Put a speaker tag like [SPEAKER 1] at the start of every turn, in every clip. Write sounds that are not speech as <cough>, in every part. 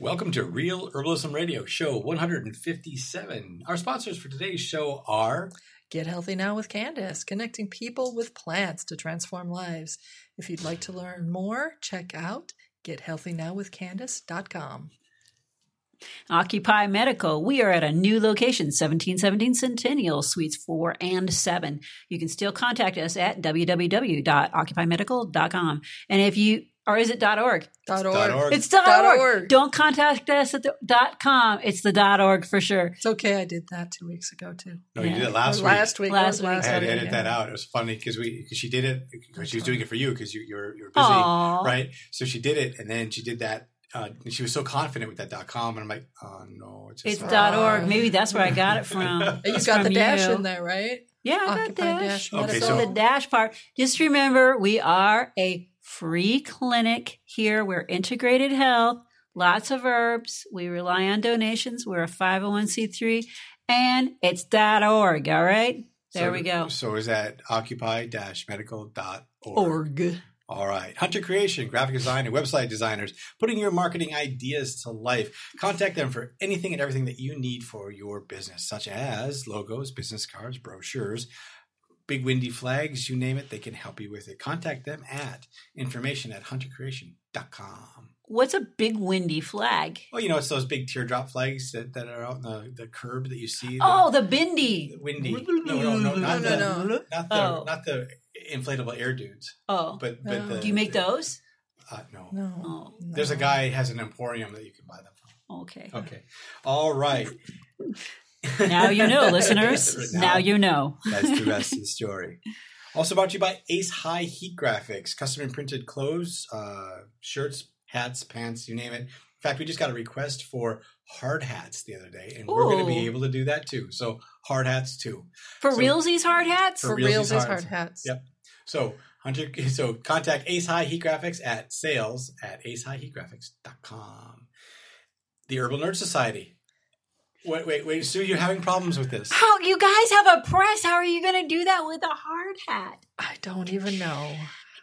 [SPEAKER 1] Welcome to Real Herbalism Radio, show 157. Our sponsors for today's show are
[SPEAKER 2] Get Healthy Now with Candace, connecting people with plants to transform lives. If you'd like to learn more, check out gethealthynowwithcandace.com.
[SPEAKER 3] Occupy Medical, we are at a new location, 1717 Centennial, Suites 4 and 7. You can still contact us at www.occupymedical.com. And if you, or is it .org?
[SPEAKER 2] Dot
[SPEAKER 1] dot
[SPEAKER 2] org.
[SPEAKER 1] org.
[SPEAKER 3] It's dot
[SPEAKER 2] Dot
[SPEAKER 3] .org.
[SPEAKER 2] org.
[SPEAKER 3] Don't contact us at the dot .com. It's the dot .org for sure.
[SPEAKER 2] It's okay. I did that two weeks ago too.
[SPEAKER 1] No, you
[SPEAKER 3] Yeah.
[SPEAKER 1] did it last
[SPEAKER 2] Or
[SPEAKER 1] week.
[SPEAKER 2] last week. Last
[SPEAKER 3] Last
[SPEAKER 2] week.
[SPEAKER 1] I
[SPEAKER 3] week.
[SPEAKER 1] had to
[SPEAKER 2] Last
[SPEAKER 1] edit
[SPEAKER 2] week.
[SPEAKER 1] that out. It was funny because we cause she did it because she was doing it for you because you, you were you were busy,
[SPEAKER 3] Aw.
[SPEAKER 1] right? So she did it, and then she did that. Uh, and she was so confident with that dot .com, and I'm like, oh no, it's,
[SPEAKER 3] It's
[SPEAKER 1] not-
[SPEAKER 3] dot .org. Maybe that's where I got it from. <laughs>
[SPEAKER 2] And you
[SPEAKER 3] It's
[SPEAKER 2] got the
[SPEAKER 3] from
[SPEAKER 2] dash
[SPEAKER 3] you.
[SPEAKER 2] in there, right?
[SPEAKER 3] Yeah, I got
[SPEAKER 2] Occupy
[SPEAKER 3] dash.
[SPEAKER 2] dash Okay,
[SPEAKER 3] so,
[SPEAKER 1] so-
[SPEAKER 3] the dash part. Just remember, we are a free clinic here. We're integrated health, lots of herbs. We rely on donations. We're a 501c3, and it's .org. All right,
[SPEAKER 1] So-
[SPEAKER 3] there we go.
[SPEAKER 1] So is that occupy-medical.org?
[SPEAKER 3] Org.
[SPEAKER 1] All right. Hunter Creation, graphic design, and website designers, putting your marketing ideas to life. Contact them for anything and everything that you need for your business, such as logos, business cards, brochures, big windy flags, you name it, they can help you with it. Contact them at information at huntercreation.com.
[SPEAKER 3] What's a big windy flag?
[SPEAKER 1] Oh, you know, it's those big teardrop flags that, that are out on the, the curb that you see.
[SPEAKER 3] Oh, the bindy.
[SPEAKER 1] the windy. No, no, no, not
[SPEAKER 2] No,
[SPEAKER 1] the,
[SPEAKER 2] no, no.
[SPEAKER 1] Not, the,
[SPEAKER 3] Oh.
[SPEAKER 1] not the inflatable air dudes.
[SPEAKER 3] Oh,
[SPEAKER 1] But,
[SPEAKER 2] No.
[SPEAKER 1] but the,
[SPEAKER 3] do you make those?
[SPEAKER 1] Uh, no.
[SPEAKER 2] No.
[SPEAKER 3] Oh,
[SPEAKER 1] There's a guy has an emporium that you can buy them from. <laughs>
[SPEAKER 3] okay.
[SPEAKER 1] Okay. All right.
[SPEAKER 3] <laughs> Now you know,
[SPEAKER 1] <laughs>
[SPEAKER 3] listeners.
[SPEAKER 1] Now-
[SPEAKER 3] Now you know.
[SPEAKER 1] That's the rest
[SPEAKER 3] <laughs>
[SPEAKER 1] of the story. Also brought to you by Ace High Heat Graphics, custom imprinted clothes, uh, shirts, hats, pants, you name it. In fact, we just got a request for hard hats the other day, and we're going to be
[SPEAKER 3] Ooh.
[SPEAKER 1] able to do that too. So hard hats too.
[SPEAKER 3] For
[SPEAKER 1] So-
[SPEAKER 3] realsies, hard hats.
[SPEAKER 1] For
[SPEAKER 2] For
[SPEAKER 1] real,
[SPEAKER 2] reals
[SPEAKER 1] these
[SPEAKER 2] is
[SPEAKER 1] hard-
[SPEAKER 2] hard hats.
[SPEAKER 1] Yep. So Hunter, <laughs> so contact Ace High Heat Graphics at sales at acehighheatgraphics.com. The Herbal Nerd Society. Wait, wait, wait, Sue, you're having problems with
[SPEAKER 3] <laughs>
[SPEAKER 1] this.
[SPEAKER 3] How you guys have a press? How are you going to do that with a hard hat?
[SPEAKER 2] I don't even know.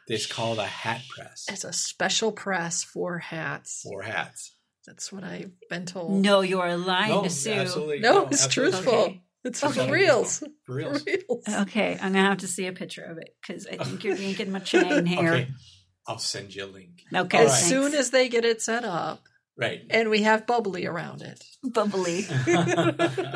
[SPEAKER 1] It's called a hat press
[SPEAKER 2] It's a special press for hats.
[SPEAKER 1] for hats.
[SPEAKER 2] That's what I've been told.
[SPEAKER 3] No, you are lying to Sue.
[SPEAKER 1] absolutely.
[SPEAKER 2] No, it's
[SPEAKER 1] absolutely.
[SPEAKER 2] truthful.
[SPEAKER 3] Okay.
[SPEAKER 2] It's for
[SPEAKER 1] Okay.
[SPEAKER 2] reals.
[SPEAKER 1] For
[SPEAKER 2] For
[SPEAKER 1] real.
[SPEAKER 2] <laughs> reals.
[SPEAKER 3] Okay, I'm gonna have to see a picture of it because I think you're
[SPEAKER 1] <laughs>
[SPEAKER 3] yanking my chain here.
[SPEAKER 1] Okay.
[SPEAKER 3] Okay,
[SPEAKER 1] I'll send you a link.
[SPEAKER 2] As
[SPEAKER 1] Alright.
[SPEAKER 2] soon as they get it set up,
[SPEAKER 1] Right.
[SPEAKER 2] and we have bubbly around it.
[SPEAKER 3] bubbly.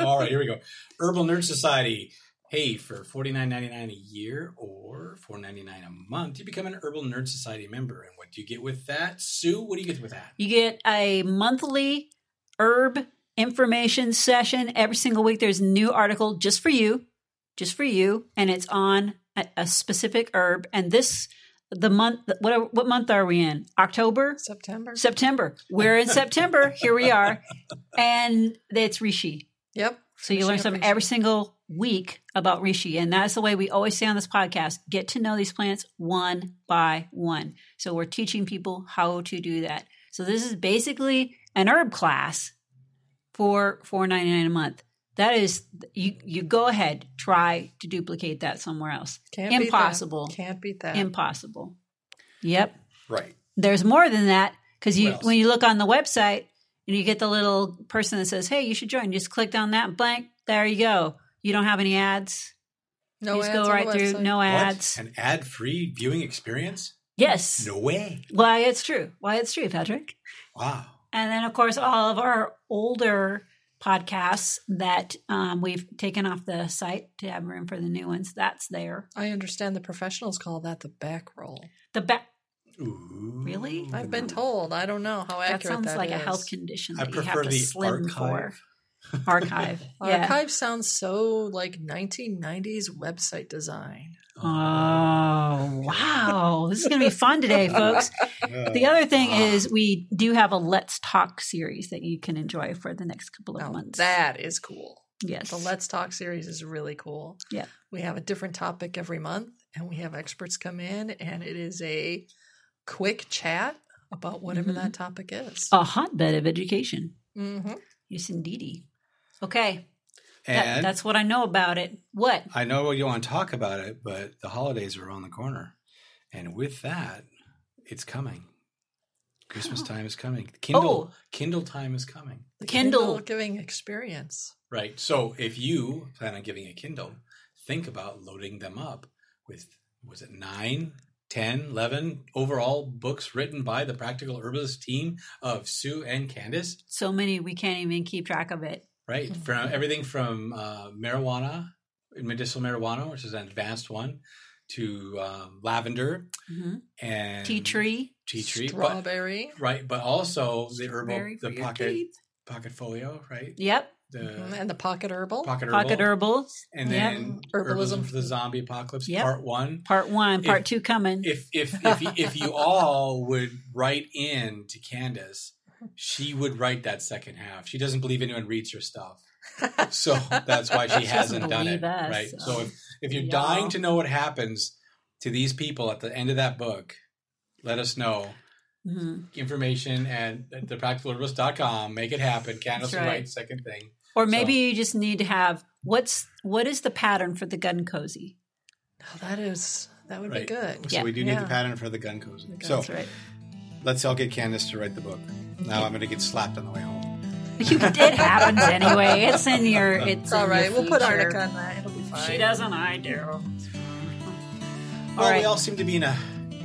[SPEAKER 1] <laughs> All right, here we go. Herbal Nerd Society. Hey, for forty nine ninety nine a year or four ninety nine a month, you become an Herbal Nerd Society member. And what do you get with that, Sue? What do you get with that?
[SPEAKER 3] You get a monthly herb information session every single week. There's a new article just for you, just for you, and it's on a, a specific herb. And this, the month, what what month are we in? October.
[SPEAKER 2] September.
[SPEAKER 3] September. We're in September. Here we are. And it's Rishi.
[SPEAKER 2] Yep.
[SPEAKER 3] So you learn
[SPEAKER 2] Finishing up
[SPEAKER 3] something
[SPEAKER 2] Rishi.
[SPEAKER 3] every single week about Rishi. And that's the way we always say on this podcast get to know these plants one by one. So we're teaching people how to do that. So this is basically an herb class for four ninety nine a month. That is you you go ahead, try to duplicate that somewhere else.
[SPEAKER 2] Can't beat that.
[SPEAKER 3] Impossible.
[SPEAKER 2] Can't beat that.
[SPEAKER 3] Impossible. Yep
[SPEAKER 1] Right.
[SPEAKER 3] there's more than that because you
[SPEAKER 1] What else?
[SPEAKER 3] when you look on the website and you get the little person that says hey you should join you just click on that blank there you go you don't have any ads
[SPEAKER 2] no
[SPEAKER 3] you just
[SPEAKER 2] ads
[SPEAKER 3] go
[SPEAKER 2] on
[SPEAKER 3] right
[SPEAKER 2] the
[SPEAKER 3] through
[SPEAKER 2] website.
[SPEAKER 3] no
[SPEAKER 1] What?
[SPEAKER 3] ads
[SPEAKER 1] An ad free viewing experience?
[SPEAKER 3] yes
[SPEAKER 1] No way.
[SPEAKER 3] why it's true why it's true patrick
[SPEAKER 1] Wow.
[SPEAKER 3] and then of course all of our older podcasts that um, we've taken off the site to have room for the new ones that's there
[SPEAKER 2] I understand the professionals call that the back roll.
[SPEAKER 3] the back
[SPEAKER 1] Ooh.
[SPEAKER 3] Really?
[SPEAKER 2] I've been told. I don't know how
[SPEAKER 3] Mm-hmm. that
[SPEAKER 2] accurate
[SPEAKER 3] sounds like a
[SPEAKER 2] is.
[SPEAKER 3] health condition
[SPEAKER 1] I
[SPEAKER 3] that you
[SPEAKER 1] prefer
[SPEAKER 3] have to
[SPEAKER 1] the
[SPEAKER 3] slim
[SPEAKER 1] archive.
[SPEAKER 3] for
[SPEAKER 2] <laughs>
[SPEAKER 3] archive yeah
[SPEAKER 2] Archive sounds so like 1990s website design.
[SPEAKER 1] Uh,
[SPEAKER 3] Oh, wow. This is going to be
[SPEAKER 1] <laughs>
[SPEAKER 3] fun today, folks. The other thing
[SPEAKER 1] Ah.
[SPEAKER 3] is, we do have a Let's Talk series that you can enjoy for the next couple of
[SPEAKER 1] Oh,
[SPEAKER 2] Now,
[SPEAKER 3] months.
[SPEAKER 2] that is cool.
[SPEAKER 3] yes.
[SPEAKER 2] The Let's Talk series is really cool.
[SPEAKER 3] Yeah.
[SPEAKER 2] We have a different topic every month and we have experts come in and it is a quick chat about whatever
[SPEAKER 3] Mhm.
[SPEAKER 2] that topic is.
[SPEAKER 3] a hotbed of education.
[SPEAKER 2] hmm
[SPEAKER 3] Yes, indeedy. Okay. That-
[SPEAKER 1] and
[SPEAKER 3] that's what I know about it. What?
[SPEAKER 1] I know you want to talk about it, but the holidays are around the corner. And with that, it's coming.
[SPEAKER 3] Oh.
[SPEAKER 1] Christmas time is coming. Kindle Kindle time is coming.
[SPEAKER 2] The
[SPEAKER 3] Kindle.
[SPEAKER 2] giving experience.
[SPEAKER 1] Right. So if you plan on giving a Kindle, think about loading them up with was it nine, ten, eleven overall books written by the practical herbalist team of Sue and Candace.
[SPEAKER 3] So many we can't even keep track of it.
[SPEAKER 1] Right.
[SPEAKER 2] Mhm.
[SPEAKER 1] From everything from uh, marijuana, medicinal marijuana, which is an advanced one, to um, lavender
[SPEAKER 3] hmm
[SPEAKER 1] and
[SPEAKER 3] Tea tree,
[SPEAKER 1] Tea tree. But,
[SPEAKER 2] Strawberry.
[SPEAKER 1] right. But also the herbal,
[SPEAKER 3] berry for
[SPEAKER 1] the
[SPEAKER 3] your
[SPEAKER 1] pocket,
[SPEAKER 3] teeth.
[SPEAKER 1] pocket folio, right?
[SPEAKER 3] Yep,
[SPEAKER 2] Mhm,
[SPEAKER 1] The
[SPEAKER 2] and the pocket herbal.
[SPEAKER 1] pocket herbal.
[SPEAKER 3] pocket herbals.
[SPEAKER 1] and
[SPEAKER 3] Yep.
[SPEAKER 1] then
[SPEAKER 2] Herbalism.
[SPEAKER 1] herbalism for the zombie apocalypse
[SPEAKER 3] Yep.
[SPEAKER 1] part one
[SPEAKER 3] part one, part
[SPEAKER 1] If-
[SPEAKER 3] two coming.
[SPEAKER 1] if
[SPEAKER 3] <laughs>
[SPEAKER 1] if if, you- if you all would write in to candace she would write that second half she doesn't believe anyone reads her stuff
[SPEAKER 3] <laughs>
[SPEAKER 1] so that's why she,
[SPEAKER 3] She doesn't
[SPEAKER 1] hasn't done it
[SPEAKER 3] believe us,
[SPEAKER 1] right
[SPEAKER 3] so,
[SPEAKER 1] so if, if you're
[SPEAKER 3] y'all.
[SPEAKER 1] dying to know what happens to these people at the end of that book let us know
[SPEAKER 3] Mhm.
[SPEAKER 1] information at thepracticalherbalist.com make it happen candace
[SPEAKER 3] That's
[SPEAKER 1] will
[SPEAKER 3] right.
[SPEAKER 1] write second thing
[SPEAKER 3] Or maybe you just need to have what's what is the pattern for the gun cozy?
[SPEAKER 2] Oh, that is that would
[SPEAKER 1] right
[SPEAKER 2] be good.
[SPEAKER 1] so
[SPEAKER 3] Yeah.
[SPEAKER 1] we do need
[SPEAKER 2] Yeah.
[SPEAKER 1] the pattern for the gun cozy
[SPEAKER 2] The gun
[SPEAKER 1] so
[SPEAKER 3] That's right. <laughs>
[SPEAKER 1] Let's all get Candace to write the book. Now I'm going to get slapped on the way home.
[SPEAKER 3] it happens anyway. It's in your. It's,
[SPEAKER 2] It's all
[SPEAKER 3] in
[SPEAKER 2] right.
[SPEAKER 3] Your
[SPEAKER 2] We'll put
[SPEAKER 3] future.
[SPEAKER 2] Arnica on that. It'll be fine.
[SPEAKER 3] She doesn't. I do.
[SPEAKER 1] well,
[SPEAKER 3] right.
[SPEAKER 1] we all seem to be in a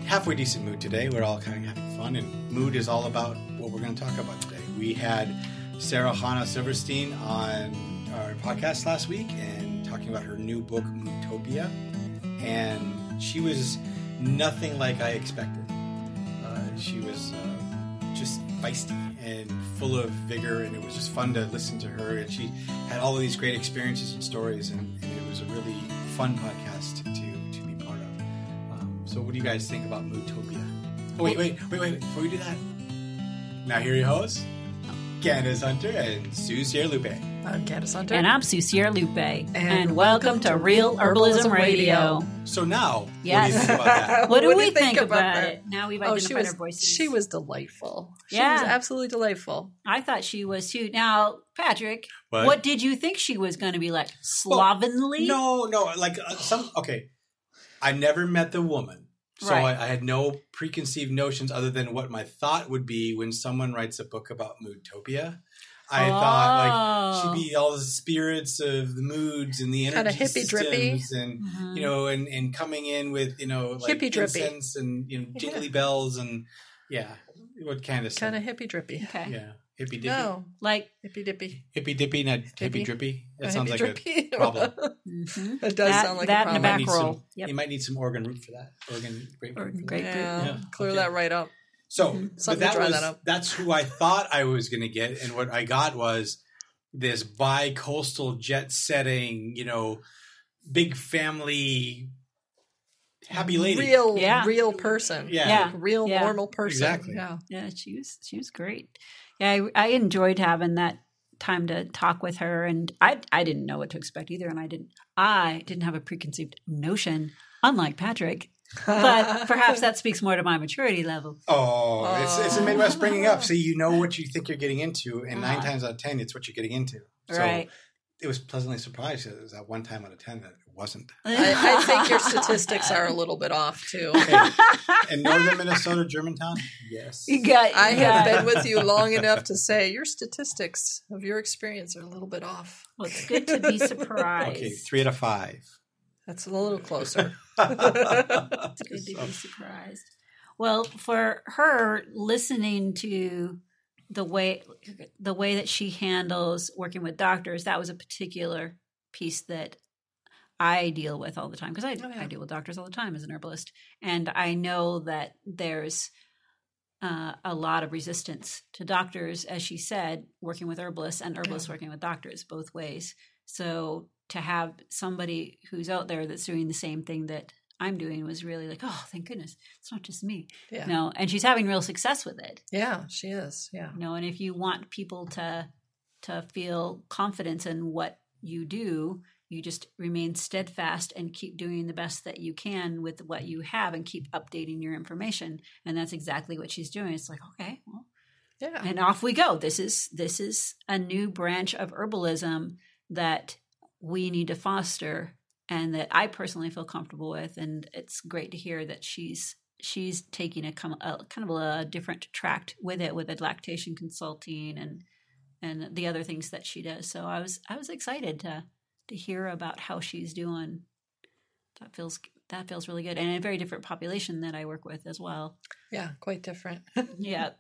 [SPEAKER 1] halfway decent mood today. We're all kind of having fun, and mood is all about what we're going to talk about today. We had Sarah Hanna Silverstein on our podcast last week and talking about her new book, Mootopia. And she was nothing like I expected. Uh, she was uh, just feisty and full of vigor, and it was just fun to listen to her. And she had all of these great experiences and stories, and, and it was a really fun podcast to, to be part of. Um, so, what do you guys think about Mootopia? Oh, wait, wait, wait, wait, wait, before we do that. Now, here are your hosts, Candace Hunter and Sue Sierra Lupe.
[SPEAKER 2] I'm Candace Hunter.
[SPEAKER 3] And I'm Susier Lupe, and, welcome to Real Herbalism, Radio.
[SPEAKER 1] So, now, what do you
[SPEAKER 3] Yes.
[SPEAKER 1] think about
[SPEAKER 3] <laughs>
[SPEAKER 1] that?
[SPEAKER 3] What do, we think, about, it? Now we've
[SPEAKER 2] Oh,
[SPEAKER 3] identified
[SPEAKER 2] she was
[SPEAKER 3] our voices.
[SPEAKER 2] she was delightful. She was
[SPEAKER 3] Yeah.
[SPEAKER 2] absolutely delightful.
[SPEAKER 3] I thought she was too. Now, Patrick,
[SPEAKER 1] What?
[SPEAKER 3] what, did you think she was going to be like? Slovenly?
[SPEAKER 1] No, no, like uh, some. Okay, I never met the woman, so
[SPEAKER 3] Right.
[SPEAKER 1] I, I had no preconceived notions other than what my thought would be when someone writes a book about Moodtopia. I thought
[SPEAKER 3] Oh.
[SPEAKER 1] like she'd be all the spirits of the moods and the energy
[SPEAKER 2] Kinda hippy drippy.
[SPEAKER 1] systems and
[SPEAKER 3] Mhm.
[SPEAKER 1] you know and and coming in with you know like
[SPEAKER 2] Hippy drippy.
[SPEAKER 1] incense and you know
[SPEAKER 2] Yeah.
[SPEAKER 1] jingly bells and yeah, what Candace
[SPEAKER 2] Kind of
[SPEAKER 1] said.
[SPEAKER 2] hippy drippy.
[SPEAKER 3] Mm-hmm. okay,
[SPEAKER 1] yeah hippy dippy
[SPEAKER 2] No,
[SPEAKER 3] like
[SPEAKER 2] hippy dippy.
[SPEAKER 1] hippy dippy not hippy
[SPEAKER 2] Hippy.
[SPEAKER 1] drippy.
[SPEAKER 2] Uh,
[SPEAKER 1] That sounds like a
[SPEAKER 2] hippy <laughs>
[SPEAKER 1] problem.
[SPEAKER 3] mhm.
[SPEAKER 2] it does
[SPEAKER 3] That-
[SPEAKER 2] sound like
[SPEAKER 3] that
[SPEAKER 2] a problem.
[SPEAKER 3] and the
[SPEAKER 1] might
[SPEAKER 3] back
[SPEAKER 1] need
[SPEAKER 3] roll.
[SPEAKER 1] Some,
[SPEAKER 3] Yep.
[SPEAKER 1] You might need some organ root for that. Organ grape.
[SPEAKER 3] Organ
[SPEAKER 1] root for that.
[SPEAKER 3] grape.
[SPEAKER 2] Yeah,
[SPEAKER 1] Yeah,
[SPEAKER 2] clear
[SPEAKER 1] okay.
[SPEAKER 2] that right up.
[SPEAKER 1] So,
[SPEAKER 3] Mhm.
[SPEAKER 1] but
[SPEAKER 2] Mm-hmm. Something
[SPEAKER 1] that
[SPEAKER 2] to dry
[SPEAKER 1] was
[SPEAKER 2] that up.
[SPEAKER 1] that's who I thought I was going to get, and what I got was this bi-coastal jet setting, you know, big family, happy lady.
[SPEAKER 2] Real,
[SPEAKER 3] Yeah.
[SPEAKER 2] real person.
[SPEAKER 1] Yeah.
[SPEAKER 3] Yeah.
[SPEAKER 2] Like, real
[SPEAKER 3] Yeah.
[SPEAKER 2] normal person.
[SPEAKER 1] Exactly.
[SPEAKER 2] Yeah.
[SPEAKER 3] Yeah, she was she was great. Yeah, I, I enjoyed having that time to talk with her, and I I didn't know what to expect either, and I didn't I didn't have a preconceived notion, unlike Patrick.
[SPEAKER 2] <laughs>
[SPEAKER 3] But perhaps that speaks more to my maturity level.
[SPEAKER 1] Oh, it's it's a
[SPEAKER 2] Oh.
[SPEAKER 1] Midwest bringing up. So you know what you think you're getting into, and nine
[SPEAKER 3] Ah.
[SPEAKER 1] times out of ten, it's what you're getting into. So
[SPEAKER 3] Right?
[SPEAKER 1] it was pleasantly surprised. that It was that one time out of ten that it wasn't.
[SPEAKER 3] <laughs>
[SPEAKER 2] I, I think your statistics are a little bit off too.
[SPEAKER 1] Hey,
[SPEAKER 2] <laughs>
[SPEAKER 1] in
[SPEAKER 3] <laughs>
[SPEAKER 1] northern Minnesota, Germantown, yes.
[SPEAKER 3] You got.
[SPEAKER 2] I
[SPEAKER 3] you
[SPEAKER 2] have
[SPEAKER 3] got-
[SPEAKER 2] been with you long enough to say your statistics of your experience are a little bit off.
[SPEAKER 3] Well, it's good to
[SPEAKER 2] <laughs>
[SPEAKER 3] be surprised.
[SPEAKER 1] Okay, three out of five.
[SPEAKER 3] <laughs>
[SPEAKER 1] Um,
[SPEAKER 2] That's a little closer.
[SPEAKER 1] <laughs>
[SPEAKER 3] It's good to be surprised. Well, for her listening to the way the way that she handles working with doctors, that was a particular piece that I deal with all the time because I,
[SPEAKER 2] Oh, yeah.
[SPEAKER 3] I deal with doctors all the time as an herbalist, and I know that there's uh, a lot of resistance to doctors, as she said, working with herbalists and herbalists
[SPEAKER 2] Yeah.
[SPEAKER 3] working with doctors both ways. So to have somebody who's out there that's doing the same thing that I'm doing was really like, oh, thank goodness, it's not just me.
[SPEAKER 2] Yeah.
[SPEAKER 3] No, and she's having real success with it.
[SPEAKER 2] Yeah, she is. Yeah.
[SPEAKER 3] You know, and if you want people to to feel confidence in what you do, you just remain steadfast and keep doing the best that you can with what you have and keep updating your information. And that's exactly what she's doing. It's like, okay, well,
[SPEAKER 2] Yeah.
[SPEAKER 3] and off we go this is this is a new branch of herbalism that we need to foster and that i personally feel comfortable with and it's great to hear that she's she's taking a, com- a kind of a different tract with it with the lactation consulting and and the other things that she does. So I was I was excited to to hear about how she's doing. That feels that feels really good and a very different population that I work with as well.
[SPEAKER 2] Yeah, quite different.
[SPEAKER 3] <laughs> yeah.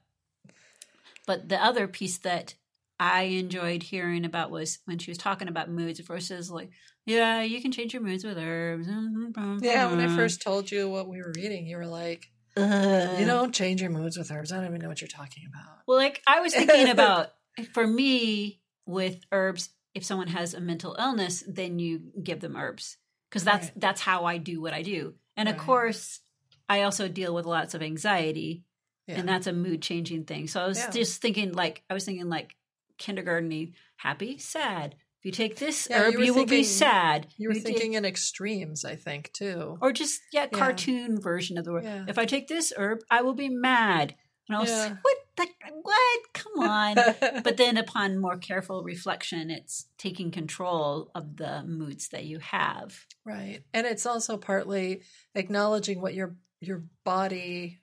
[SPEAKER 3] But the other piece that I enjoyed hearing about was when she was talking about moods versus like, yeah, you can change your moods with herbs.
[SPEAKER 2] yeah, when
[SPEAKER 3] Hmm.
[SPEAKER 2] I
[SPEAKER 3] <laughs>
[SPEAKER 2] first told you what we were reading, you were like,
[SPEAKER 3] Ugh.
[SPEAKER 2] you don't change your moods with herbs. I don't even know what you're talking about.
[SPEAKER 3] Well, like I
[SPEAKER 2] <laughs>
[SPEAKER 3] was thinking about for me with herbs, if someone has a mental illness, then you give them herbs because that's
[SPEAKER 2] Right.
[SPEAKER 3] that's how I do what I do. And of
[SPEAKER 2] Right.
[SPEAKER 3] course, I also deal with lots of anxiety,
[SPEAKER 2] Yeah.
[SPEAKER 3] and that's a mood changing thing. So I was
[SPEAKER 2] Yeah.
[SPEAKER 3] just thinking, like I was thinking, like kindergarten happy, sad. If you take this
[SPEAKER 2] Yeah,
[SPEAKER 3] herb,
[SPEAKER 2] you
[SPEAKER 3] you,
[SPEAKER 2] were
[SPEAKER 3] will be
[SPEAKER 2] thinking-
[SPEAKER 3] sad.
[SPEAKER 2] you were
[SPEAKER 3] If take-
[SPEAKER 2] thinking in extremes, I think, too.
[SPEAKER 3] or just yeah,
[SPEAKER 2] Yeah.
[SPEAKER 3] cartoon version of the word.
[SPEAKER 2] Yeah.
[SPEAKER 3] If I take this herb, I will be mad. And I was
[SPEAKER 2] Yeah.
[SPEAKER 3] like, what? The, what?
[SPEAKER 2] <laughs>
[SPEAKER 3] Come on. but then upon more careful reflection it's taking control of the moods that you have
[SPEAKER 2] Right. And it's also partly acknowledging what your your body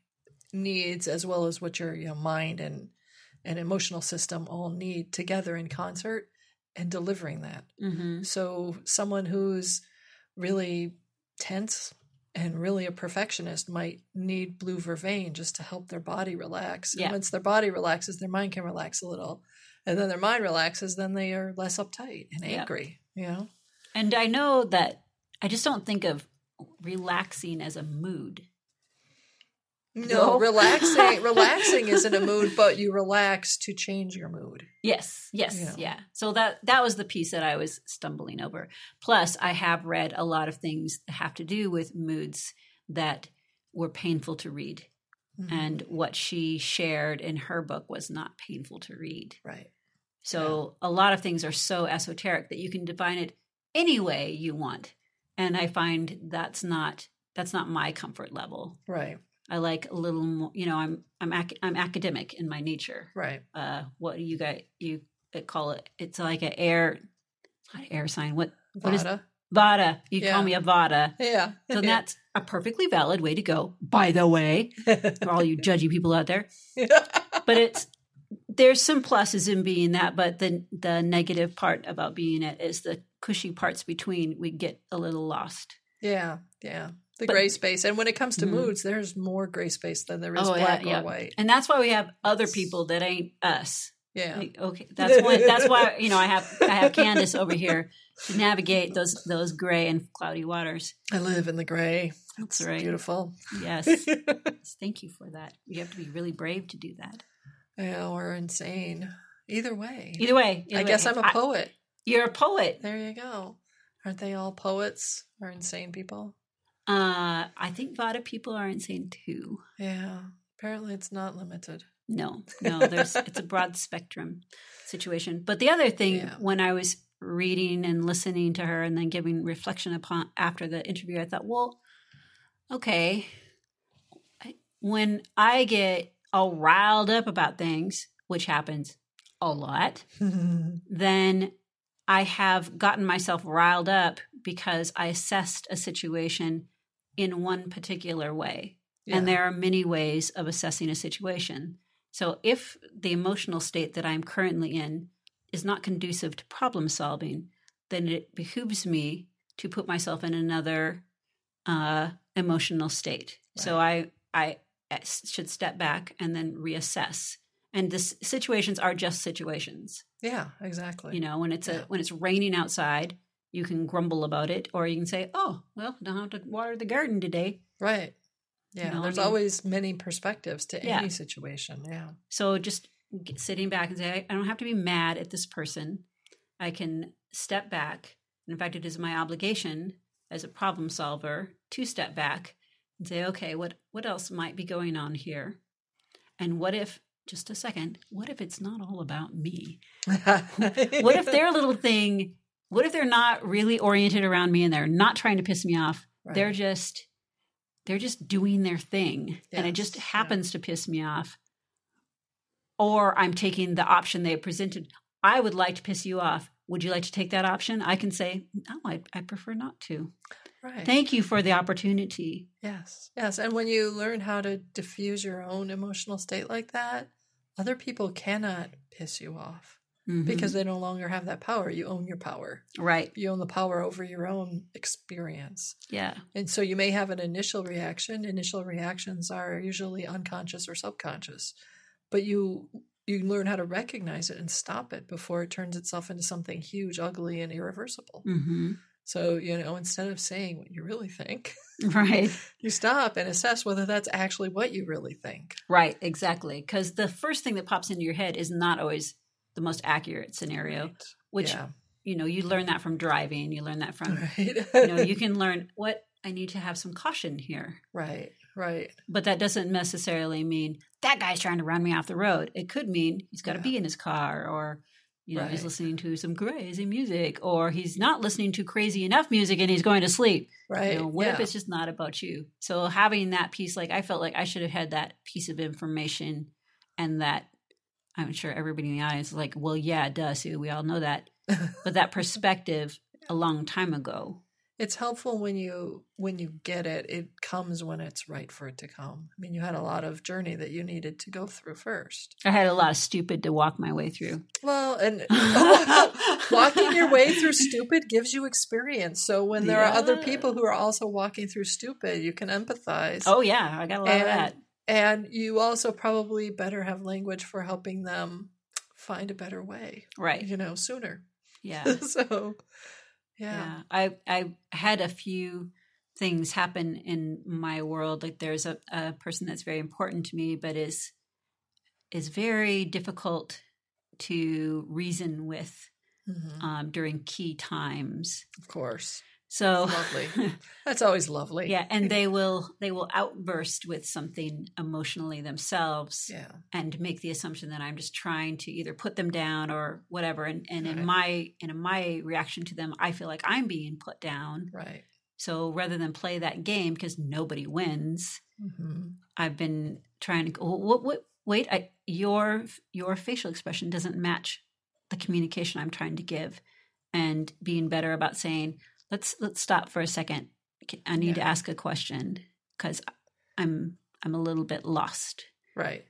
[SPEAKER 2] needs as well as what your you know, mind and and emotional system all need together in concert and delivering that.
[SPEAKER 3] mm-hmm.
[SPEAKER 2] So someone who's really tense and really a perfectionist might need blue vervain just to help their body relax.
[SPEAKER 3] Yeah.
[SPEAKER 2] And once their body relaxes, their mind can relax a little. And then their mind relaxes, then they are less uptight and
[SPEAKER 3] Yeah.
[SPEAKER 2] angry. You know?
[SPEAKER 3] and i know that i just don't think of relaxing as a mood
[SPEAKER 2] No,
[SPEAKER 3] No. <laughs>
[SPEAKER 2] relaxing relaxing isn't a mood, but you relax to change your mood.
[SPEAKER 3] yes yes
[SPEAKER 2] Yeah.
[SPEAKER 3] yeah. so that that was the piece that i was stumbling over plus i have read a lot of things that have to do with moods that were painful to read
[SPEAKER 2] Mm-hmm.
[SPEAKER 3] and what she shared in her book was not painful to read
[SPEAKER 2] right.
[SPEAKER 3] So a lot of things are so esoteric that you can define it any way you want. And I find that's not that's not my comfort level.
[SPEAKER 2] Right.
[SPEAKER 3] I like a little more, you know, I'm I'm ac- I'm academic in my nature.
[SPEAKER 2] Right.
[SPEAKER 3] Uh what do you guys you call it? It's like a air not air sign. What What is-
[SPEAKER 2] Vada.
[SPEAKER 3] Vada. You
[SPEAKER 2] Yeah.
[SPEAKER 3] call me a Vada.
[SPEAKER 2] <laughs> yeah.
[SPEAKER 3] So that's a perfectly valid way to go. By the way, for
[SPEAKER 2] <laughs>
[SPEAKER 3] all you judgy people out there but it's there's some pluses in being that, but the the negative part about being it is the cushy parts between we get a little lost.
[SPEAKER 2] yeah. Yeah. The
[SPEAKER 3] But-
[SPEAKER 2] gray space. And when it comes to
[SPEAKER 3] Mhm.
[SPEAKER 2] moods, there's more gray space than there is
[SPEAKER 3] Oh, yeah,
[SPEAKER 2] black
[SPEAKER 3] yeah.
[SPEAKER 2] or white.
[SPEAKER 3] And that's why we have other people that ain't us.
[SPEAKER 2] Yeah.
[SPEAKER 3] Like, okay, that's why that's why you know I have I
[SPEAKER 2] <laughs>
[SPEAKER 3] have Candace over here to navigate those those gray and cloudy waters.
[SPEAKER 2] I live in the gray. It's
[SPEAKER 3] right. <laughs>
[SPEAKER 2] beautiful. <laughs>
[SPEAKER 3] Yes, thank you for that. You have to be really brave to do that.
[SPEAKER 2] yeah, or insane. Either way.
[SPEAKER 3] Either way,
[SPEAKER 2] I guess I'm a
[SPEAKER 3] poet.
[SPEAKER 2] poet.
[SPEAKER 3] You're a poet.
[SPEAKER 2] there you go. Aren't they all poets or insane people?
[SPEAKER 3] Uh, I think Vada people are insane too.
[SPEAKER 2] Yeah. Apparently it's not
[SPEAKER 3] <laughs>
[SPEAKER 2] limited.
[SPEAKER 3] No, no, there's it's a broad spectrum situation. But the other thing
[SPEAKER 2] Yeah.
[SPEAKER 3] when I was reading and listening to her and then giving reflection upon after the interview, I thought, well, okay, I, when I get all riled up about things, which happens a lot, then I have gotten myself riled up because I assessed a situation in one particular way. And there are many ways of assessing a situation. So, if the emotional state that I'm currently in is not conducive to problem solving, then it behooves me to put myself in another uh, emotional state. So, I, I uh, should step back and then reassess. And the s- situations are just situations.
[SPEAKER 2] Yeah, exactly.
[SPEAKER 3] You know, when it's
[SPEAKER 2] Yeah.
[SPEAKER 3] a when it's raining outside, you can grumble about it, or you can say, "Oh, well, I don't have to water the garden today."
[SPEAKER 2] Right. Yeah.
[SPEAKER 3] know, I
[SPEAKER 2] there's
[SPEAKER 3] mean-
[SPEAKER 2] always many perspectives to
[SPEAKER 3] Yeah.
[SPEAKER 2] any situation. Yeah.
[SPEAKER 3] So just g- sitting back and say, I don't have to be mad at this person. I can step back. In fact, it is my obligation as a problem solver to step back and say, okay, what what else might be going on here? And what if just a second? What if it's not all about me? What
[SPEAKER 2] <laughs>
[SPEAKER 3] if their little thing? What if they're not really oriented around me and they're not trying to piss me off? They're
[SPEAKER 2] Right.
[SPEAKER 3] just they're just doing their thing and it just
[SPEAKER 2] Yes, yeah.
[SPEAKER 3] happens to piss me off. Or I'm taking the option they presented. I would like to piss you off. Would you like to take that option? I can say, no, I, I prefer not to.
[SPEAKER 2] Right.
[SPEAKER 3] Thank you for the opportunity.
[SPEAKER 2] yes. Yes. And when you learn how to diffuse your own emotional state like that, other people cannot piss you off
[SPEAKER 3] Mhm.
[SPEAKER 2] because they no longer have that power. You own your power.
[SPEAKER 3] right,
[SPEAKER 2] You own the power over your own experience.
[SPEAKER 3] yeah,
[SPEAKER 2] And so you may have an initial reaction. Initial reactions are usually unconscious or subconscious, but you you learn how to recognize it and stop it before it turns itself into something huge, ugly, and irreversible.
[SPEAKER 3] hmm
[SPEAKER 2] So you know, instead of saying what you really think,
[SPEAKER 3] <laughs> right,
[SPEAKER 2] you stop and assess whether that's actually what you really think.
[SPEAKER 3] right, exactly. Because the first thing that pops into your head is not always the most accurate scenario. Which <laughs>
[SPEAKER 2] yeah,
[SPEAKER 3] you know you learn that from driving. You learn that from
[SPEAKER 2] right,
[SPEAKER 3] you
[SPEAKER 2] <laughs>
[SPEAKER 3] know you can learn what I need to have some caution here.
[SPEAKER 2] right, right,
[SPEAKER 3] But that doesn't necessarily mean that guy's trying to run me off the road. It could mean he's got to
[SPEAKER 2] Yeah.
[SPEAKER 3] be in his car or you know, he's
[SPEAKER 2] Right.
[SPEAKER 3] listening to some crazy music or he's not listening to crazy enough music and he's going to sleep. You
[SPEAKER 2] right.
[SPEAKER 3] know, what if
[SPEAKER 2] yeah,
[SPEAKER 3] it's just not about you? So having that piece like I felt like I should have had that piece of information and that I'm sure everybody in the audience is like, Well, yeah, duh, Sue, we all know that.
[SPEAKER 2] <laughs>
[SPEAKER 3] but that perspective a long time ago.
[SPEAKER 2] it's helpful when you when you get it. It comes when it's right for it to come. I mean, you had a lot of journey that you needed to go through first.
[SPEAKER 3] I had a lot of stupid to walk my way through.
[SPEAKER 2] Well,
[SPEAKER 3] <laughs>
[SPEAKER 2] and <laughs> walking your way through stupid gives you experience. So when there are other
[SPEAKER 3] Yeah.
[SPEAKER 2] people who are also walking through stupid, you can empathize.
[SPEAKER 3] <laughs> Oh yeah, I got a lot of that.
[SPEAKER 2] And you also probably better have language for helping them find a better way,
[SPEAKER 3] Right.
[SPEAKER 2] you know, sooner. <laughs>
[SPEAKER 3] Yeah.
[SPEAKER 2] so, yeah.
[SPEAKER 3] yeah. I I had a few things happen in my world. Like there's a, a person that's very important to me, but is is very difficult to reason with
[SPEAKER 2] Mhm.
[SPEAKER 3] um, during key times.
[SPEAKER 2] Of course.
[SPEAKER 3] So <laughs>
[SPEAKER 2] Lovely. That's always lovely.
[SPEAKER 3] yeah, and they will they will outburst with something emotionally themselves
[SPEAKER 2] Yeah.
[SPEAKER 3] and make the assumption that I'm just trying to either put them down or whatever. And and
[SPEAKER 2] Right.
[SPEAKER 3] in my and in my reaction to them, I feel like I'm being put down.
[SPEAKER 2] Right.
[SPEAKER 3] So rather than play that game because nobody wins,
[SPEAKER 2] hmm
[SPEAKER 3] I've been trying to go. What? What? Wait, I, your your facial expression doesn't match the communication I'm trying to give, and being better about saying, "Let's let's stop for a second. Ca- I need to
[SPEAKER 2] Yeah.
[SPEAKER 3] ask a question because I'm I'm a little bit lost."
[SPEAKER 2] Right.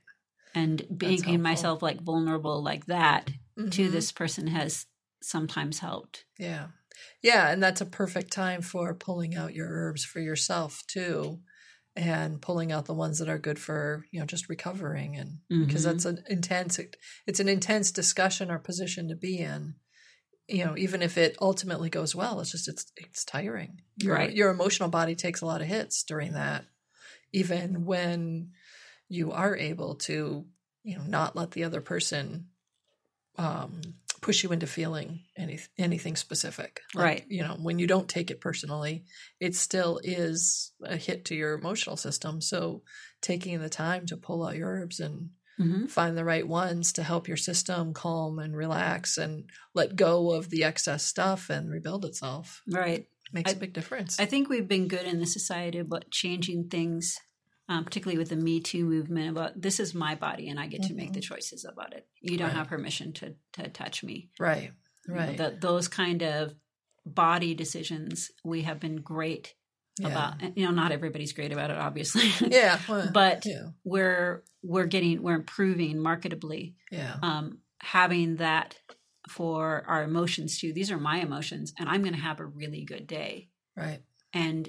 [SPEAKER 3] And making
[SPEAKER 2] helpful.
[SPEAKER 3] myself like vulnerable like that to
[SPEAKER 2] Mhm.
[SPEAKER 3] this person has sometimes helped.
[SPEAKER 2] Yeah. Yeah. And that's a perfect time for pulling out your herbs for yourself too. And pulling out the ones that are good for, you know, just recovering and because
[SPEAKER 3] Mhm.
[SPEAKER 2] that's an intense it's an intense discussion or position to be in. You know, even if it ultimately goes well, it's just it's it's tiring. Your
[SPEAKER 3] Right.
[SPEAKER 2] your emotional body takes a lot of hits during that. Even when you are able to, you know, not let the other person um, push you into feeling any anything specific.
[SPEAKER 3] Right.
[SPEAKER 2] You know, when you don't take it personally, it still is a hit to your emotional system. So, taking the time to pull out your herbs and
[SPEAKER 3] Mhm.
[SPEAKER 2] find the right ones to help your system calm and relax and let go of the excess stuff and rebuild itself
[SPEAKER 3] Right.
[SPEAKER 2] makes a
[SPEAKER 3] I-
[SPEAKER 2] big difference.
[SPEAKER 3] I think we've been good in the society about changing things, um, particularly with the Me Too movement. About this is my body, and I get to make the choices about it. You don't
[SPEAKER 2] Mm-hmm. Right.
[SPEAKER 3] have permission to to touch me.
[SPEAKER 2] right.
[SPEAKER 3] You know,
[SPEAKER 2] Right.
[SPEAKER 3] that- those kind of body decisions we have been great
[SPEAKER 2] yeah.
[SPEAKER 3] about. eh, You know, not everybody's great about it, obviously.
[SPEAKER 2] yeah. well,
[SPEAKER 3] <laughs> but
[SPEAKER 2] yeah.
[SPEAKER 3] we're we're getting we're improving marketably.
[SPEAKER 2] Yeah.
[SPEAKER 3] Um, having that for our emotions too. These are my emotions, and I'm going to have a really good day
[SPEAKER 2] Right.
[SPEAKER 3] and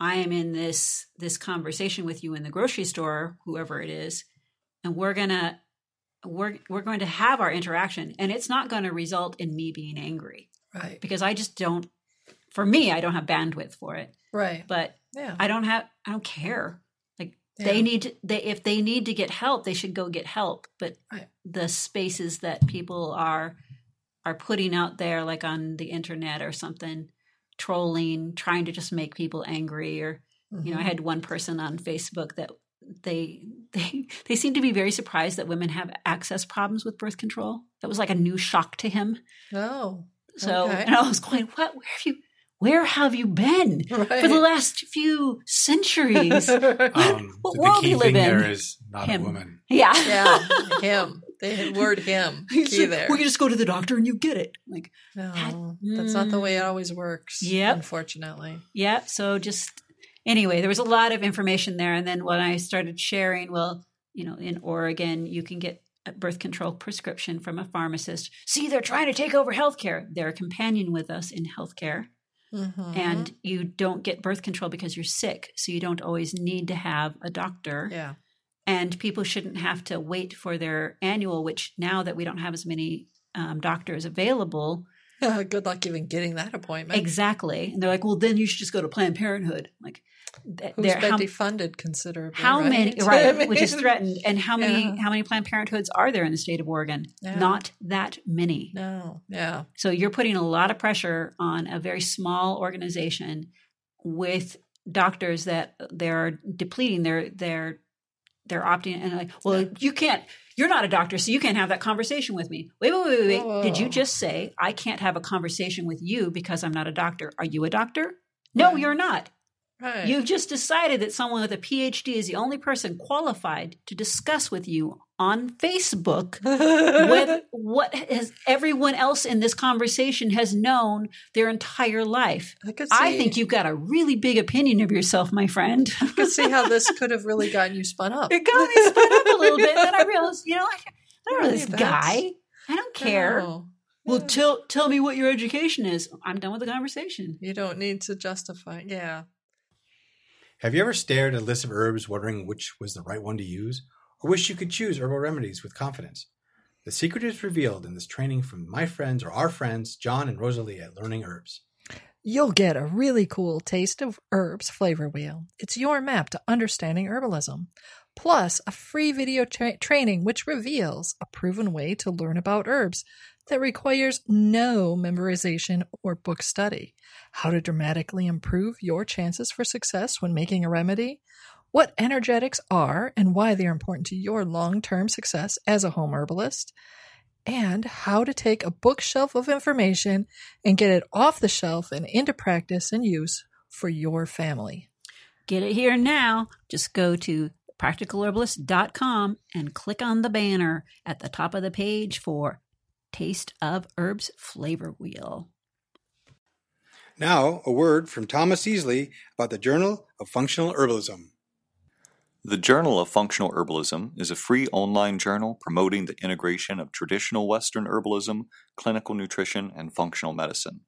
[SPEAKER 3] I am in this this conversation with you in the grocery store, whoever it is, and we're gonna we're we're going to have our interaction, and it's not going to result in me being angry
[SPEAKER 2] Right.
[SPEAKER 3] because I just don't. For me, I don't have bandwidth for it,
[SPEAKER 2] Right.
[SPEAKER 3] but
[SPEAKER 2] Yeah.
[SPEAKER 3] I don't have I don't care. Like
[SPEAKER 2] yeah.
[SPEAKER 3] they need to, they if they need to get help, they should go get help. But
[SPEAKER 2] Right.
[SPEAKER 3] the spaces that people are are putting out there, like on the internet or something, trolling, trying to just make people angry, or you know, I
[SPEAKER 2] Mhm.
[SPEAKER 3] had one person on Facebook that they <laughs> they they seem to be very surprised that women have access problems with birth control. That was like a new shock to him.
[SPEAKER 2] no.
[SPEAKER 3] <laughs> So
[SPEAKER 2] Okay.
[SPEAKER 3] and I was going, what? Where have you? Where have you been
[SPEAKER 2] Right. <laughs>
[SPEAKER 3] for the last few centuries?
[SPEAKER 1] Um,
[SPEAKER 3] What
[SPEAKER 1] the
[SPEAKER 3] world
[SPEAKER 1] key
[SPEAKER 3] we live
[SPEAKER 1] thing
[SPEAKER 3] in?
[SPEAKER 1] there is not
[SPEAKER 3] Him.
[SPEAKER 1] a woman.
[SPEAKER 3] Yeah.
[SPEAKER 2] yeah. Him. They had word him
[SPEAKER 3] <laughs> He's
[SPEAKER 2] key
[SPEAKER 3] like,
[SPEAKER 2] there.
[SPEAKER 3] Well, you just go to the doctor and you get it. Like,
[SPEAKER 2] No, that's not the way it always works.
[SPEAKER 3] Mm. Yep.
[SPEAKER 2] Unfortunately.
[SPEAKER 3] yeah. So just anyway, there was a lot of information there. And then when I started sharing, well, you know, in Oregon, you can get a birth control prescription from a pharmacist. See, they're trying to take over healthcare. They're a companion with us in healthcare.
[SPEAKER 2] Mhm.
[SPEAKER 3] And you don't get birth control because you're sick. So you don't always need to have a doctor.
[SPEAKER 2] yeah. <laughs>
[SPEAKER 3] and people shouldn't have to wait for their annual which now that we don't have as many um, doctors available
[SPEAKER 2] Good luck even getting that appointment.
[SPEAKER 3] exactly and they're like well then you should just go to planned parenthood like th-
[SPEAKER 2] Who's
[SPEAKER 3] there-
[SPEAKER 2] been
[SPEAKER 3] how,
[SPEAKER 2] defunded considerably? <laughs>
[SPEAKER 3] how
[SPEAKER 2] right?
[SPEAKER 3] many
[SPEAKER 2] I
[SPEAKER 3] right which is
[SPEAKER 2] mean,
[SPEAKER 3] threatened and how many
[SPEAKER 2] Yeah.
[SPEAKER 3] how many planned parenthoods are there in the state of oregon
[SPEAKER 2] Yeah.
[SPEAKER 3] not that many
[SPEAKER 2] No. Yeah.
[SPEAKER 3] so you're putting a lot of pressure on a very small organization with doctors that they're depleting their their they're opting and like, well,
[SPEAKER 2] Yeah.
[SPEAKER 3] you can't you're not a doctor, so you can't have that conversation with me. Wait, wait, wait, wait, wait. Did you
[SPEAKER 2] Whoa.
[SPEAKER 3] just say I can't have a conversation with you because I'm not a doctor? Are you a doctor? No,
[SPEAKER 2] Right.
[SPEAKER 3] you're not.
[SPEAKER 2] Right. <laughs>
[SPEAKER 3] You've just decided that someone with a PhD is the only person qualified to discuss with you on Facebook
[SPEAKER 2] <laughs>
[SPEAKER 3] with what has everyone else in this conversation has known their entire life.
[SPEAKER 2] I could
[SPEAKER 3] I
[SPEAKER 2] see-
[SPEAKER 3] think you've got a really big opinion of yourself, my friend.
[SPEAKER 2] <laughs>
[SPEAKER 3] <laughs>
[SPEAKER 2] I could see how this could have really gotten you spun up.
[SPEAKER 3] it got me spun up a little bit, and then I realized, you know, I, I don't know
[SPEAKER 2] Really,
[SPEAKER 3] this
[SPEAKER 2] that's-
[SPEAKER 3] guy. I don't care.
[SPEAKER 2] <laughs> No.
[SPEAKER 3] Well,
[SPEAKER 2] Yeah.
[SPEAKER 3] tell tell me what your education is. I'm done with the conversation.
[SPEAKER 2] you don't need to justify. Yeah.
[SPEAKER 1] Have you ever stared at a list of herbs wondering which was the right one to use, or wish you could choose herbal remedies with confidence? The secret is revealed in this training from my friends or our friends, John and Rosalie at Learning Herbs.
[SPEAKER 2] You'll get a really cool taste of herbs flavor wheel. It's your map to understanding herbalism. Plus, a free video tra- training which reveals a proven way to learn about herbs that requires no memorization or book study. How to dramatically improve your chances for success when making a remedy. What energetics are and why they are important to your long term success as a home herbalist and how to take a bookshelf of information and get it off the shelf and into practice and use for your family.
[SPEAKER 3] Get it here now. Just go to practicalherbalist.com and click on the banner at the top of the page for Taste of Herbs Flavor Wheel.
[SPEAKER 1] Now, a word from Thomas Easley about the Journal of Functional Herbalism.
[SPEAKER 4] The Journal of Functional Herbalism is a free online journal promoting the integration of traditional Western herbalism, clinical nutrition, and functional medicine.